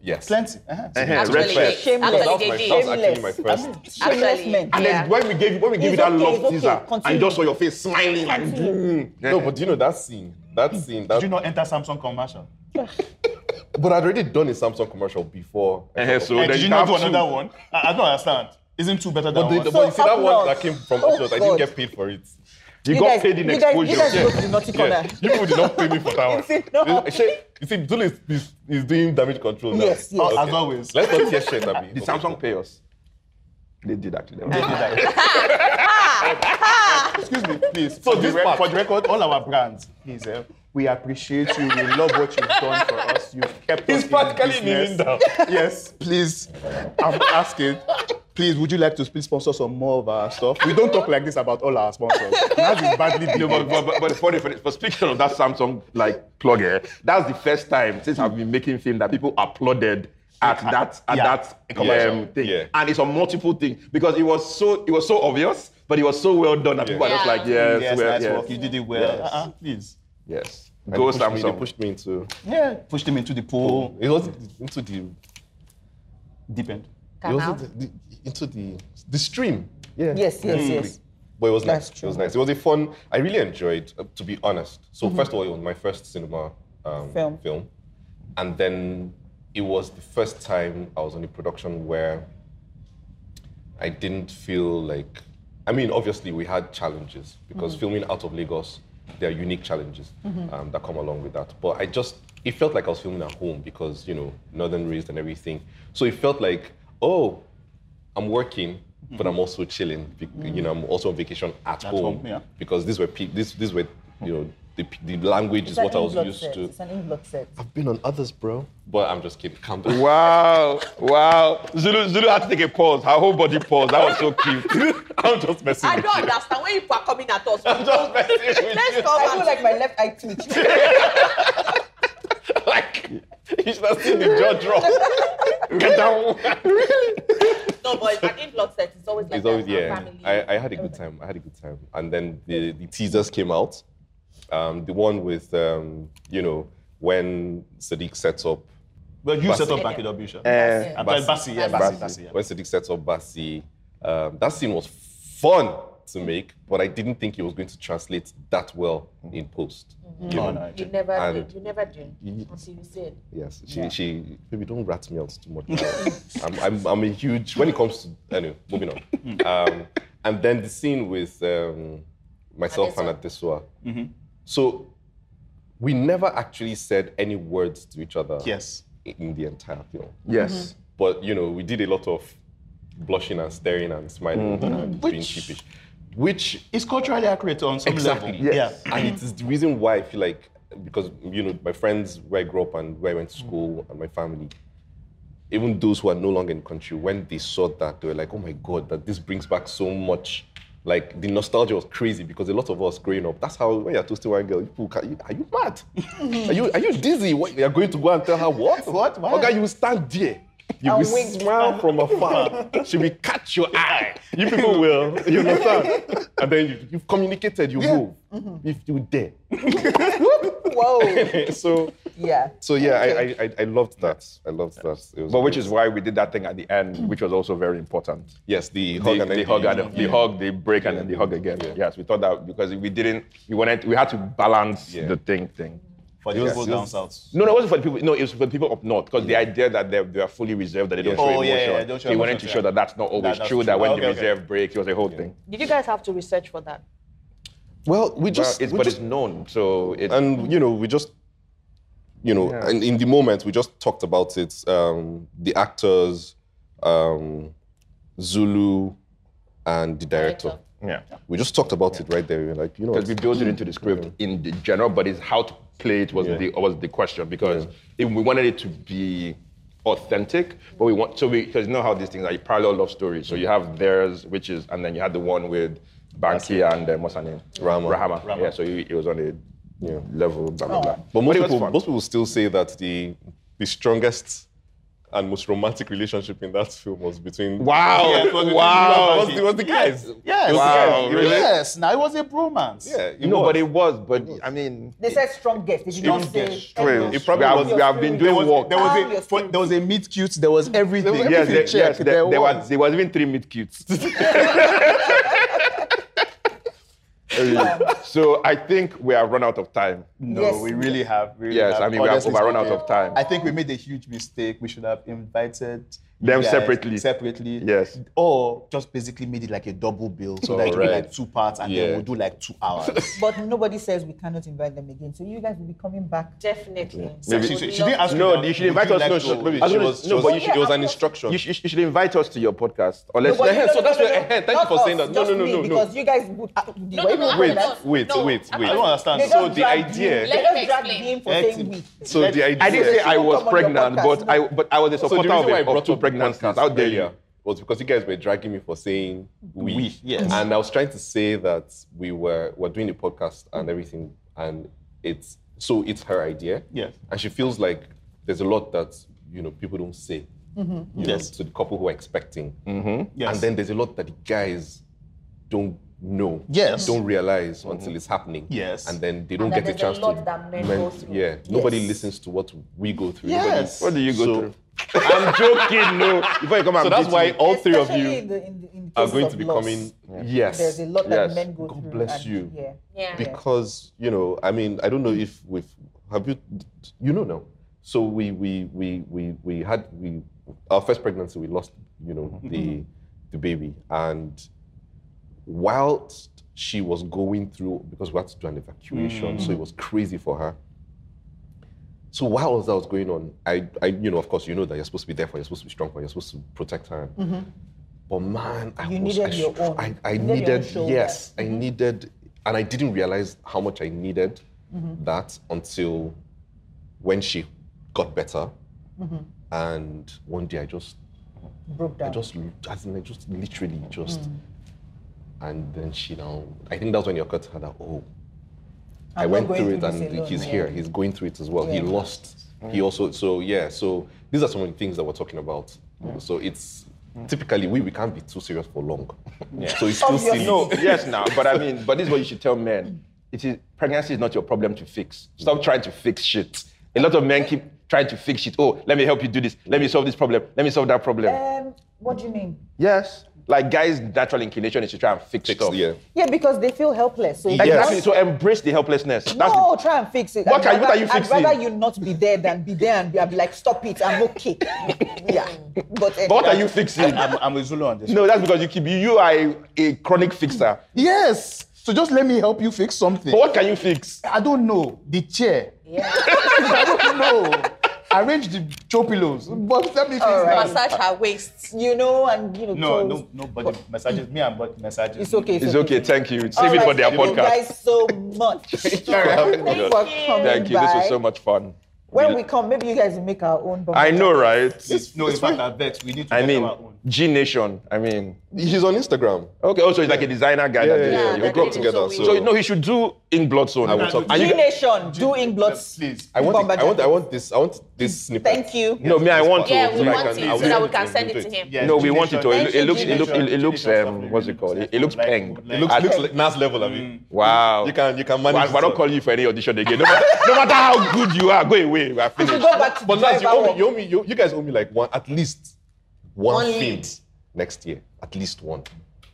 Speaker 1: Yes.
Speaker 4: Plenty. Uh-huh.
Speaker 3: Eh,
Speaker 5: Actually,
Speaker 3: red flag.
Speaker 5: they-
Speaker 2: Shameless.
Speaker 1: That was,
Speaker 5: actually,
Speaker 1: my, that
Speaker 5: they did.
Speaker 1: was actually my first.
Speaker 2: Shameless
Speaker 5: Actually,
Speaker 2: men.
Speaker 3: And
Speaker 5: Yeah.
Speaker 3: then when we gave when we gave you
Speaker 2: It's
Speaker 3: that
Speaker 2: okay,
Speaker 3: love
Speaker 2: it's okay.
Speaker 3: teaser, and
Speaker 2: Continue.
Speaker 3: you just saw your face smiling like. mm,
Speaker 1: No, but you know that scene, that scene, that.
Speaker 4: Did you not enter Samsung commercial?
Speaker 1: but I'd already done a Samsung commercial before. I
Speaker 3: Eh,
Speaker 1: thought
Speaker 3: so
Speaker 1: of-
Speaker 4: Eh,
Speaker 3: then
Speaker 4: did
Speaker 3: you
Speaker 4: you not do
Speaker 3: have two.
Speaker 4: another one? I, I don't understand. Isn't two better
Speaker 1: but,
Speaker 4: than
Speaker 1: the,
Speaker 4: one?
Speaker 1: but
Speaker 2: So
Speaker 1: you see that
Speaker 2: up
Speaker 1: one that
Speaker 2: north.
Speaker 1: came from
Speaker 2: Oh,
Speaker 1: Upshot, I didn't
Speaker 2: God.
Speaker 1: get paid for it.
Speaker 3: You got paid in
Speaker 2: you guys, you guys
Speaker 3: exposure.
Speaker 2: go to the naughty corner.
Speaker 1: Yeah, you people did not pay me for that one.
Speaker 2: You see, no.
Speaker 1: You see, you see, Zulu is, is, is doing damage control now.
Speaker 2: Yes, yes.
Speaker 4: Oh, As always.
Speaker 1: Let's not tear shit at me.
Speaker 3: Did Samsung pay us? They did actually.
Speaker 4: Excuse me, please.
Speaker 1: So
Speaker 4: for, the
Speaker 1: this
Speaker 4: rec-
Speaker 1: part-
Speaker 4: for the record, all our brands, please, eh, we appreciate you. We love what you've done for us. You've kept
Speaker 1: He's
Speaker 4: us
Speaker 1: practically
Speaker 4: in business.
Speaker 1: kneeling down.
Speaker 4: Yes, please. I'm asking. Please, would you like to please sponsor some more of our stuff? We don't talk like this about all our sponsors. That is badly
Speaker 3: No, but,
Speaker 4: delivered.
Speaker 3: but, but, but funny, funny, but speaking of that Samsung like plug, eh, that's the first time since I've been making film that people applauded at that at
Speaker 4: yeah.
Speaker 3: that
Speaker 1: Commercial.
Speaker 3: um, thing,
Speaker 1: Yeah.
Speaker 3: and it's on multiple things because it was so it was so obvious, but it was so well done, and people are just
Speaker 5: Yeah.
Speaker 3: like, yes,
Speaker 4: Yes,
Speaker 3: well,
Speaker 4: nice
Speaker 3: yes,
Speaker 4: work. You did it well.
Speaker 3: Yes.
Speaker 4: Uh-uh, please.
Speaker 3: yes.
Speaker 1: And
Speaker 3: Go
Speaker 1: they pushed me- They
Speaker 3: Samsung.
Speaker 1: pushed me into.
Speaker 4: Yeah. Pushed him into the pool.
Speaker 1: It was into the.
Speaker 4: Deep end.
Speaker 1: It was
Speaker 5: Canal.
Speaker 1: into the, into the the stream. Yeah. Mm.
Speaker 2: Yes, yes, yes.
Speaker 1: But it was
Speaker 2: That's
Speaker 1: nice.
Speaker 2: true.
Speaker 1: It was nice. It was a fun. I really enjoyed, uh, to be honest. So first of all, it was my first cinema um,
Speaker 2: Mm-hmm. Film.
Speaker 1: and then it was the first time I was on a production where I didn't feel like I mean, obviously, we had challenges because filming out of Lagos, there are unique challenges um, that come along with that. But I just, it felt like I was filming at home because, you know, northern raised and everything. So it felt like, oh, I'm working, but I'm also chilling. bec- You know, I'm also on vacation Mm-hmm. at, home,
Speaker 4: home, yeah.
Speaker 1: because these were pe- these these were you know the, the language is what I was used to.
Speaker 2: It's an in-block set.
Speaker 1: I've been on others, bro. But I'm just kidding. Calm down.
Speaker 3: Wow, wow. Zulu, Zulu had to take a pause. Her whole body paused. That was so cute. I'm just messing
Speaker 5: I
Speaker 3: with
Speaker 5: don't
Speaker 3: you.
Speaker 5: understand when you people are coming at us.
Speaker 3: I'm just messing with
Speaker 5: Let's
Speaker 3: you.
Speaker 5: go
Speaker 2: I
Speaker 5: back.
Speaker 2: feel like my left eye twitched.
Speaker 3: Like, you should have seen the jaw drop. Get down.
Speaker 5: No, but an in-block set is always like
Speaker 1: it's always
Speaker 5: that. Our
Speaker 1: yeah.
Speaker 5: family.
Speaker 1: I, I had a good time. I had a good time. And then the, the teasers came out. Um, the one with um, you know when Sadiq sets up
Speaker 4: Well, you
Speaker 1: Basi.
Speaker 4: set up back it up, Bishop.
Speaker 3: Eh,
Speaker 4: I'm Basi. Basi, yeah, Basi,
Speaker 1: Bassi.
Speaker 4: Basi, yeah.
Speaker 1: When Sadiq sets up Bassi, um, that scene was fun to make, but I didn't think it was going to translate that well in post. you
Speaker 4: No,
Speaker 1: know?
Speaker 4: no,
Speaker 5: You never
Speaker 1: And-
Speaker 5: did. You never did.
Speaker 1: You-
Speaker 5: Until you said.
Speaker 1: Yes, she, she, baby, don't rat me out too much. I'm, I'm, I'm a huge, when it comes to, anyway, moving on.
Speaker 4: Hmm.
Speaker 1: Um, and then the scene with um, myself and Adesua.
Speaker 4: Mm-hmm.
Speaker 1: So we never actually said any words to each other
Speaker 4: Yes. Mm-hmm.
Speaker 1: in the entire film.
Speaker 3: Yes.
Speaker 1: But, you know, we did a lot of blushing and staring and smiling and being
Speaker 4: Which-
Speaker 1: sheepish. Which
Speaker 4: It's culturally accurate on some
Speaker 1: Exactly.
Speaker 4: level. Yeah.
Speaker 1: And it is the reason why I feel like because you know my friends where I grew up and where I went to school and my family, even those who are no longer in the country, when they saw that they were like, oh my god, that this brings back so much. Like the nostalgia was crazy because a lot of us growing up, that's how when you're toasting one girl, people can, you, are you mad? are you are you dizzy? What, you're going to go and tell her what?
Speaker 4: What? Why?
Speaker 1: Okay, you will stand there. You will
Speaker 2: wink.
Speaker 1: smile from afar. she will catch your eye. You people will. You understand? and then you, you've communicated, you move. If you dare.
Speaker 2: Whoa.
Speaker 1: so
Speaker 2: Yeah.
Speaker 1: so yeah, I, I I I loved that. I loved that. It was
Speaker 3: But which is why we did that thing at the end, which was also very important.
Speaker 1: yes, the
Speaker 3: The
Speaker 1: hug
Speaker 3: the
Speaker 1: and then
Speaker 3: hug,
Speaker 1: the-
Speaker 3: and the- the hug, the break, and then the hug again. Yes, we thought that because we didn't, we wanted, we had to balance
Speaker 1: Yeah.
Speaker 3: the thing thing.
Speaker 4: For the people
Speaker 1: Yes,
Speaker 4: down
Speaker 1: yes.
Speaker 4: south.
Speaker 3: No, no, it wasn't for the people. No, it was for the people up north because the idea that they're, they're fully reserved, that they don't
Speaker 1: Yeah.
Speaker 3: show
Speaker 4: Oh, yeah,
Speaker 3: emotion.
Speaker 4: yeah, don't show
Speaker 3: so we wanted to
Speaker 4: emotions,
Speaker 3: show
Speaker 4: yeah.
Speaker 3: that that's not always
Speaker 4: that's
Speaker 3: true,
Speaker 4: true.
Speaker 3: That when
Speaker 4: Okay,
Speaker 3: the
Speaker 4: okay.
Speaker 3: reserve breaks, it was a whole thing.
Speaker 5: Did you guys have to research for that?
Speaker 1: Well, we just,
Speaker 3: Well, it's,
Speaker 1: we
Speaker 3: but
Speaker 1: just-
Speaker 3: it's known, so it,
Speaker 1: and you know we just you know
Speaker 3: Yeah.
Speaker 1: and in the moment we just talked about it. Um, the actors, um, Zulu, and the director.
Speaker 3: yeah,
Speaker 1: We just talked about it right there. We were like, you know,
Speaker 3: because we
Speaker 1: what?
Speaker 3: built it into the script in the general, but it's how to play it was
Speaker 1: Yeah.
Speaker 3: the was the question because if we wanted it to be authentic, but we want so we because you know how these things are you parallel love stories. So you have theirs, which is, and then you had the one with Banky and uh, what's her name,
Speaker 1: Rama.
Speaker 3: Rahama. Yeah, so it, it was on a level, blah blah blah.
Speaker 1: But most
Speaker 3: it was
Speaker 1: people,
Speaker 3: fun.
Speaker 1: most people still say that the the strongest and most romantic relationship in that film was between
Speaker 3: Wow!
Speaker 1: Yeah, it was between
Speaker 3: Wow.
Speaker 1: It was, it was the guys.
Speaker 4: Yes.
Speaker 1: It was
Speaker 3: Wow,
Speaker 1: the guys.
Speaker 3: really?
Speaker 4: Yes. Now it was a bromance.
Speaker 1: Yeah, it
Speaker 3: no,
Speaker 1: was.
Speaker 3: but it was. But I mean,
Speaker 2: They said strong guest. They did not say.
Speaker 1: It probably
Speaker 3: we have,
Speaker 1: was-
Speaker 3: we have been
Speaker 2: There
Speaker 4: There
Speaker 3: doing
Speaker 4: was,
Speaker 3: work.
Speaker 4: there was,
Speaker 2: Ah,
Speaker 4: a,
Speaker 2: your
Speaker 4: for,
Speaker 2: spirit.
Speaker 4: there was a meet cute, there was everything.
Speaker 3: yes,
Speaker 4: Everything
Speaker 3: there, yes,
Speaker 4: checked,
Speaker 3: there, there
Speaker 4: was.
Speaker 3: was. There was even three mid cutes. so I think we have run out of time.
Speaker 4: No,
Speaker 2: Yes.
Speaker 4: we really have. we Really
Speaker 3: Yes, I mean, we have
Speaker 4: Honestly
Speaker 3: overrun out
Speaker 4: speaking,
Speaker 3: of time.
Speaker 4: I think we made a huge mistake. We should have invited you
Speaker 3: Them
Speaker 4: guys
Speaker 3: separately.
Speaker 4: Separately.
Speaker 3: Yes.
Speaker 4: Or just basically made it like a double bill. So like, it'll be like two parts and
Speaker 1: Yeah.
Speaker 4: then we'll do like two hours.
Speaker 2: But nobody says we cannot invite them again. So you guys will be coming back.
Speaker 5: Definitely.
Speaker 3: Maybe-
Speaker 4: she,
Speaker 5: Would
Speaker 4: she
Speaker 5: love
Speaker 4: didn't ask me
Speaker 3: No,
Speaker 4: that.
Speaker 3: you should
Speaker 4: Would
Speaker 3: invite us.
Speaker 4: like
Speaker 3: no,
Speaker 4: to-
Speaker 3: should-
Speaker 1: Maybe
Speaker 3: I
Speaker 1: she
Speaker 3: don't-
Speaker 1: was.
Speaker 3: No,
Speaker 1: she was-
Speaker 3: but you should.
Speaker 1: It was an
Speaker 2: Yeah,
Speaker 1: instruction.
Speaker 3: You, should- you should invite us to your podcast. Unless
Speaker 2: But you
Speaker 1: Yeah,
Speaker 2: know-
Speaker 1: so that's
Speaker 2: no, no,
Speaker 1: where-
Speaker 2: no,
Speaker 1: eh, thank you
Speaker 2: not
Speaker 1: for saying
Speaker 2: us,
Speaker 1: that. No,
Speaker 2: just
Speaker 1: no, no,
Speaker 2: me,
Speaker 1: no, no.
Speaker 2: Because you guys would. uh, the way we
Speaker 1: Wait,
Speaker 2: handled that,
Speaker 1: wait, wait,
Speaker 5: I'm
Speaker 1: wait.
Speaker 4: I don't understand.
Speaker 2: They
Speaker 1: So
Speaker 2: just
Speaker 1: the
Speaker 2: drag
Speaker 1: idea.
Speaker 2: They just
Speaker 5: me
Speaker 2: dragged
Speaker 5: explain.
Speaker 2: him for
Speaker 4: Let-
Speaker 2: saying we.
Speaker 1: So the idea.
Speaker 3: I didn't say I
Speaker 2: won't
Speaker 3: was
Speaker 2: come on your
Speaker 3: pregnant,
Speaker 2: podcast,
Speaker 3: but I but I was a
Speaker 1: So the
Speaker 3: supporter
Speaker 1: reason
Speaker 3: of,
Speaker 1: why I
Speaker 3: it, of
Speaker 1: brought
Speaker 3: two
Speaker 1: up pregnancies
Speaker 3: pregnancies. How dare you?
Speaker 1: earlier was because you guys were dragging me for saying we.
Speaker 4: We, yes.
Speaker 1: And I was trying to say that we were were doing the podcast and everything, and it's so it's her idea.
Speaker 4: Yes.
Speaker 1: And she feels like there's a lot that you know people don't say.
Speaker 3: Mm-hmm.
Speaker 1: you know,
Speaker 4: Yes.
Speaker 1: to the couple who are expecting,
Speaker 4: Yes.
Speaker 1: and then there's a lot that the guys don't know.
Speaker 4: Yes.
Speaker 1: Don't realize until it's happening.
Speaker 4: Yes.
Speaker 1: And then they don't
Speaker 5: And
Speaker 1: get
Speaker 5: then
Speaker 1: the
Speaker 5: there's a
Speaker 1: chance
Speaker 5: lot
Speaker 1: to.
Speaker 5: that men
Speaker 1: men-
Speaker 5: go through.
Speaker 1: yeah. Nobody
Speaker 4: Yes.
Speaker 1: listens to what we go through.
Speaker 4: Yes.
Speaker 1: Nobody,
Speaker 3: What do you go
Speaker 1: So-
Speaker 3: through? I'm joking. No, before you come and
Speaker 1: so that's
Speaker 3: beat
Speaker 1: why
Speaker 3: me.
Speaker 1: all three of
Speaker 2: Especially
Speaker 1: you
Speaker 2: In the, in the, in
Speaker 1: are
Speaker 2: cases
Speaker 1: going
Speaker 2: of
Speaker 1: to be
Speaker 2: loss.
Speaker 1: coming. Yes.
Speaker 2: There's a lot
Speaker 3: Yes.
Speaker 2: that men go
Speaker 1: God
Speaker 2: through.
Speaker 1: bless
Speaker 2: and-
Speaker 1: you.
Speaker 2: Yeah.
Speaker 5: Yeah.
Speaker 1: because you know, I mean, I don't know if we've have you, you know, now. So we we we we we had we our first pregnancy we lost, you know, the the baby and whilst she was going through, because we had to do an evacuation, so it was crazy for her. So while that was going on, I, I, you know, of course, you know that you're supposed to be there for, her, you're supposed to be strong for, her, you're supposed to protect her. But man, I
Speaker 2: Mm-hmm. You
Speaker 1: was,
Speaker 2: needed
Speaker 1: I,
Speaker 2: your
Speaker 1: str-
Speaker 2: own-
Speaker 1: I, I
Speaker 2: you needed your own
Speaker 1: needed,
Speaker 2: shoulder. Mm-hmm.
Speaker 1: yes, I needed, and I didn't realize how much I needed
Speaker 2: Mm-hmm.
Speaker 1: that until when she got better.
Speaker 2: Mm-hmm.
Speaker 1: And one day I just
Speaker 2: Broke down.
Speaker 1: I just, as in, I just literally just,
Speaker 2: Mm.
Speaker 1: and then she now. I think that's when it occurred to her that oh, i
Speaker 2: I'm not
Speaker 1: went
Speaker 2: going
Speaker 1: through it,
Speaker 2: this
Speaker 1: and
Speaker 2: alone,
Speaker 1: he's
Speaker 2: yeah.
Speaker 1: here. He's going through it as well. He
Speaker 2: Yeah.
Speaker 1: lost. He also. So yeah. So these are some of the things that we're talking about. So it's typically we we can't be too serious for long. So it's still
Speaker 2: Obviously.
Speaker 1: silly.
Speaker 3: No, yes, now, but I mean, but this is what you should tell men. It is pregnancy is not your problem to fix. Stop trying to fix shit. A lot of men keep trying to fix shit. Oh, let me help you do this. Let me solve this problem. Let me solve that problem.
Speaker 2: Um, what do you mean?
Speaker 3: yes, like guys' natural inclination is to try and fix,
Speaker 1: Fixed,
Speaker 3: stuff.
Speaker 1: yeah.
Speaker 2: Yeah, because they feel helpless. So
Speaker 3: Exactly. So embrace the helplessness. That's
Speaker 2: no,
Speaker 3: the,
Speaker 2: try and fix it.
Speaker 3: What
Speaker 2: I'd
Speaker 3: are you- what
Speaker 2: rather-
Speaker 3: are you
Speaker 2: I'd
Speaker 3: fixing?
Speaker 2: rather you not be there than be there and be, I'd be like, stop it, I'm okay. yeah. But,
Speaker 3: but what are you fixing?
Speaker 4: I'm, I'm with Zulu on this.
Speaker 3: no, that's because you keep you are a, a chronic fixer.
Speaker 4: Yes. So just let me help you fix something.
Speaker 3: But what can you fix?
Speaker 4: I don't know. The chair. I don't know. Arrange the throw pillows. But let me fix
Speaker 2: Alright.
Speaker 4: that.
Speaker 5: Massage her waist.
Speaker 2: You know, and you know,
Speaker 4: No,
Speaker 2: toes.
Speaker 4: no, no body massages. Me and body massages.
Speaker 2: It's okay.
Speaker 3: It's okay. Thank you. Save
Speaker 2: All
Speaker 3: it for
Speaker 2: right,
Speaker 3: their
Speaker 2: thank you
Speaker 3: podcast.
Speaker 2: guys so much. Thanks
Speaker 3: Thank
Speaker 2: for
Speaker 3: you.
Speaker 2: coming
Speaker 3: Thank you. This
Speaker 2: by.
Speaker 3: was so much fun.
Speaker 2: When we come, maybe you guys will make our own.
Speaker 3: I know, right?
Speaker 4: No, in fact, I vex. We need to
Speaker 3: I
Speaker 4: get
Speaker 3: mean,
Speaker 4: our own.
Speaker 3: G Nation. I mean,
Speaker 1: He's on Instagram.
Speaker 3: okay. Also, he's like a designer guy. that
Speaker 1: Yeah,
Speaker 3: did
Speaker 1: yeah,
Speaker 3: it.
Speaker 1: yeah,
Speaker 3: You
Speaker 1: we
Speaker 3: grew up
Speaker 1: did it
Speaker 3: together.
Speaker 1: so
Speaker 3: So,
Speaker 1: we-
Speaker 3: you know, he should do in blood zone.
Speaker 1: I will talk.
Speaker 4: Are
Speaker 2: G
Speaker 4: you-
Speaker 2: Nation doing blood.
Speaker 4: Please.
Speaker 1: I want.
Speaker 2: Bomba
Speaker 1: I want.
Speaker 2: Jack.
Speaker 1: I want this. I want this snippet.
Speaker 2: Thank you.
Speaker 3: no, me, I want to.
Speaker 5: Yeah,
Speaker 1: so
Speaker 5: we
Speaker 1: that I
Speaker 5: want
Speaker 1: can-
Speaker 5: it
Speaker 1: I'll
Speaker 5: so that we
Speaker 1: do
Speaker 5: can
Speaker 1: it,
Speaker 5: send
Speaker 1: do
Speaker 5: it to
Speaker 1: it.
Speaker 5: him.
Speaker 4: Yes,
Speaker 3: no, we
Speaker 4: G
Speaker 3: want it.
Speaker 4: Nation.
Speaker 3: to. It, it looks. It looks.
Speaker 4: G
Speaker 3: It, looks.
Speaker 4: Nation stuff
Speaker 3: Um,
Speaker 4: we
Speaker 3: what's it
Speaker 4: really
Speaker 3: called?
Speaker 4: like.
Speaker 3: It, it looks
Speaker 4: Like,
Speaker 3: peng.
Speaker 4: like-
Speaker 1: It looks,
Speaker 3: I-
Speaker 1: looks like Nas level of it.
Speaker 3: Wow.
Speaker 1: You can. You can
Speaker 3: Well,
Speaker 1: manage.
Speaker 3: I, I
Speaker 1: this
Speaker 3: don't
Speaker 1: one.
Speaker 3: call you for any audition again. No matter, no matter how good you are, go away. We are
Speaker 2: We
Speaker 3: finished.
Speaker 2: go back to
Speaker 1: But
Speaker 2: the
Speaker 1: Nas, you,
Speaker 2: driver
Speaker 1: owe
Speaker 2: walk.
Speaker 1: me, you, owe me, you, you guys owe me like one, at least one,
Speaker 5: One
Speaker 1: thing
Speaker 5: lead.
Speaker 1: next year. At least one.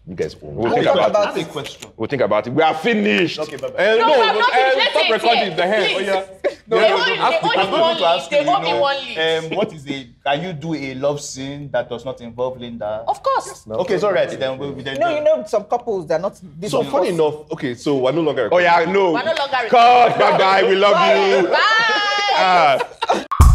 Speaker 1: You guys owe me.
Speaker 3: We'll
Speaker 2: We'll
Speaker 3: think
Speaker 2: talk
Speaker 3: about,
Speaker 2: about
Speaker 4: That's
Speaker 2: it.
Speaker 4: a question.
Speaker 3: it. We'll think about it. We are finished.
Speaker 4: Okay, bye bye.
Speaker 1: Eh,
Speaker 5: No, but I'm not
Speaker 1: eh,
Speaker 5: finished. Let's
Speaker 1: stop
Speaker 5: say it
Speaker 1: recording.
Speaker 5: here,
Speaker 1: The hair.
Speaker 5: please.
Speaker 1: Oh, yeah.
Speaker 5: They
Speaker 1: No, no,
Speaker 5: only-
Speaker 1: no, ask
Speaker 5: they
Speaker 1: me.
Speaker 5: only
Speaker 1: I'm not going
Speaker 5: want
Speaker 1: to ask
Speaker 5: lead. They
Speaker 1: you,
Speaker 5: only
Speaker 1: no.
Speaker 5: want lead.
Speaker 4: Um, what is a? Can you do a love scene that does not involve Linda?
Speaker 5: Of course.
Speaker 4: Okay, it's all right. Then we'll be then.
Speaker 2: No, you know, some couples they're not. This
Speaker 1: So
Speaker 2: is-
Speaker 1: funny enough, okay, so we're no
Speaker 4: Oh,
Speaker 1: longer
Speaker 3: Oh yeah, no.
Speaker 5: We're no longer recording.
Speaker 3: God, bye bye. We love you.
Speaker 5: Bye.
Speaker 3: Ah.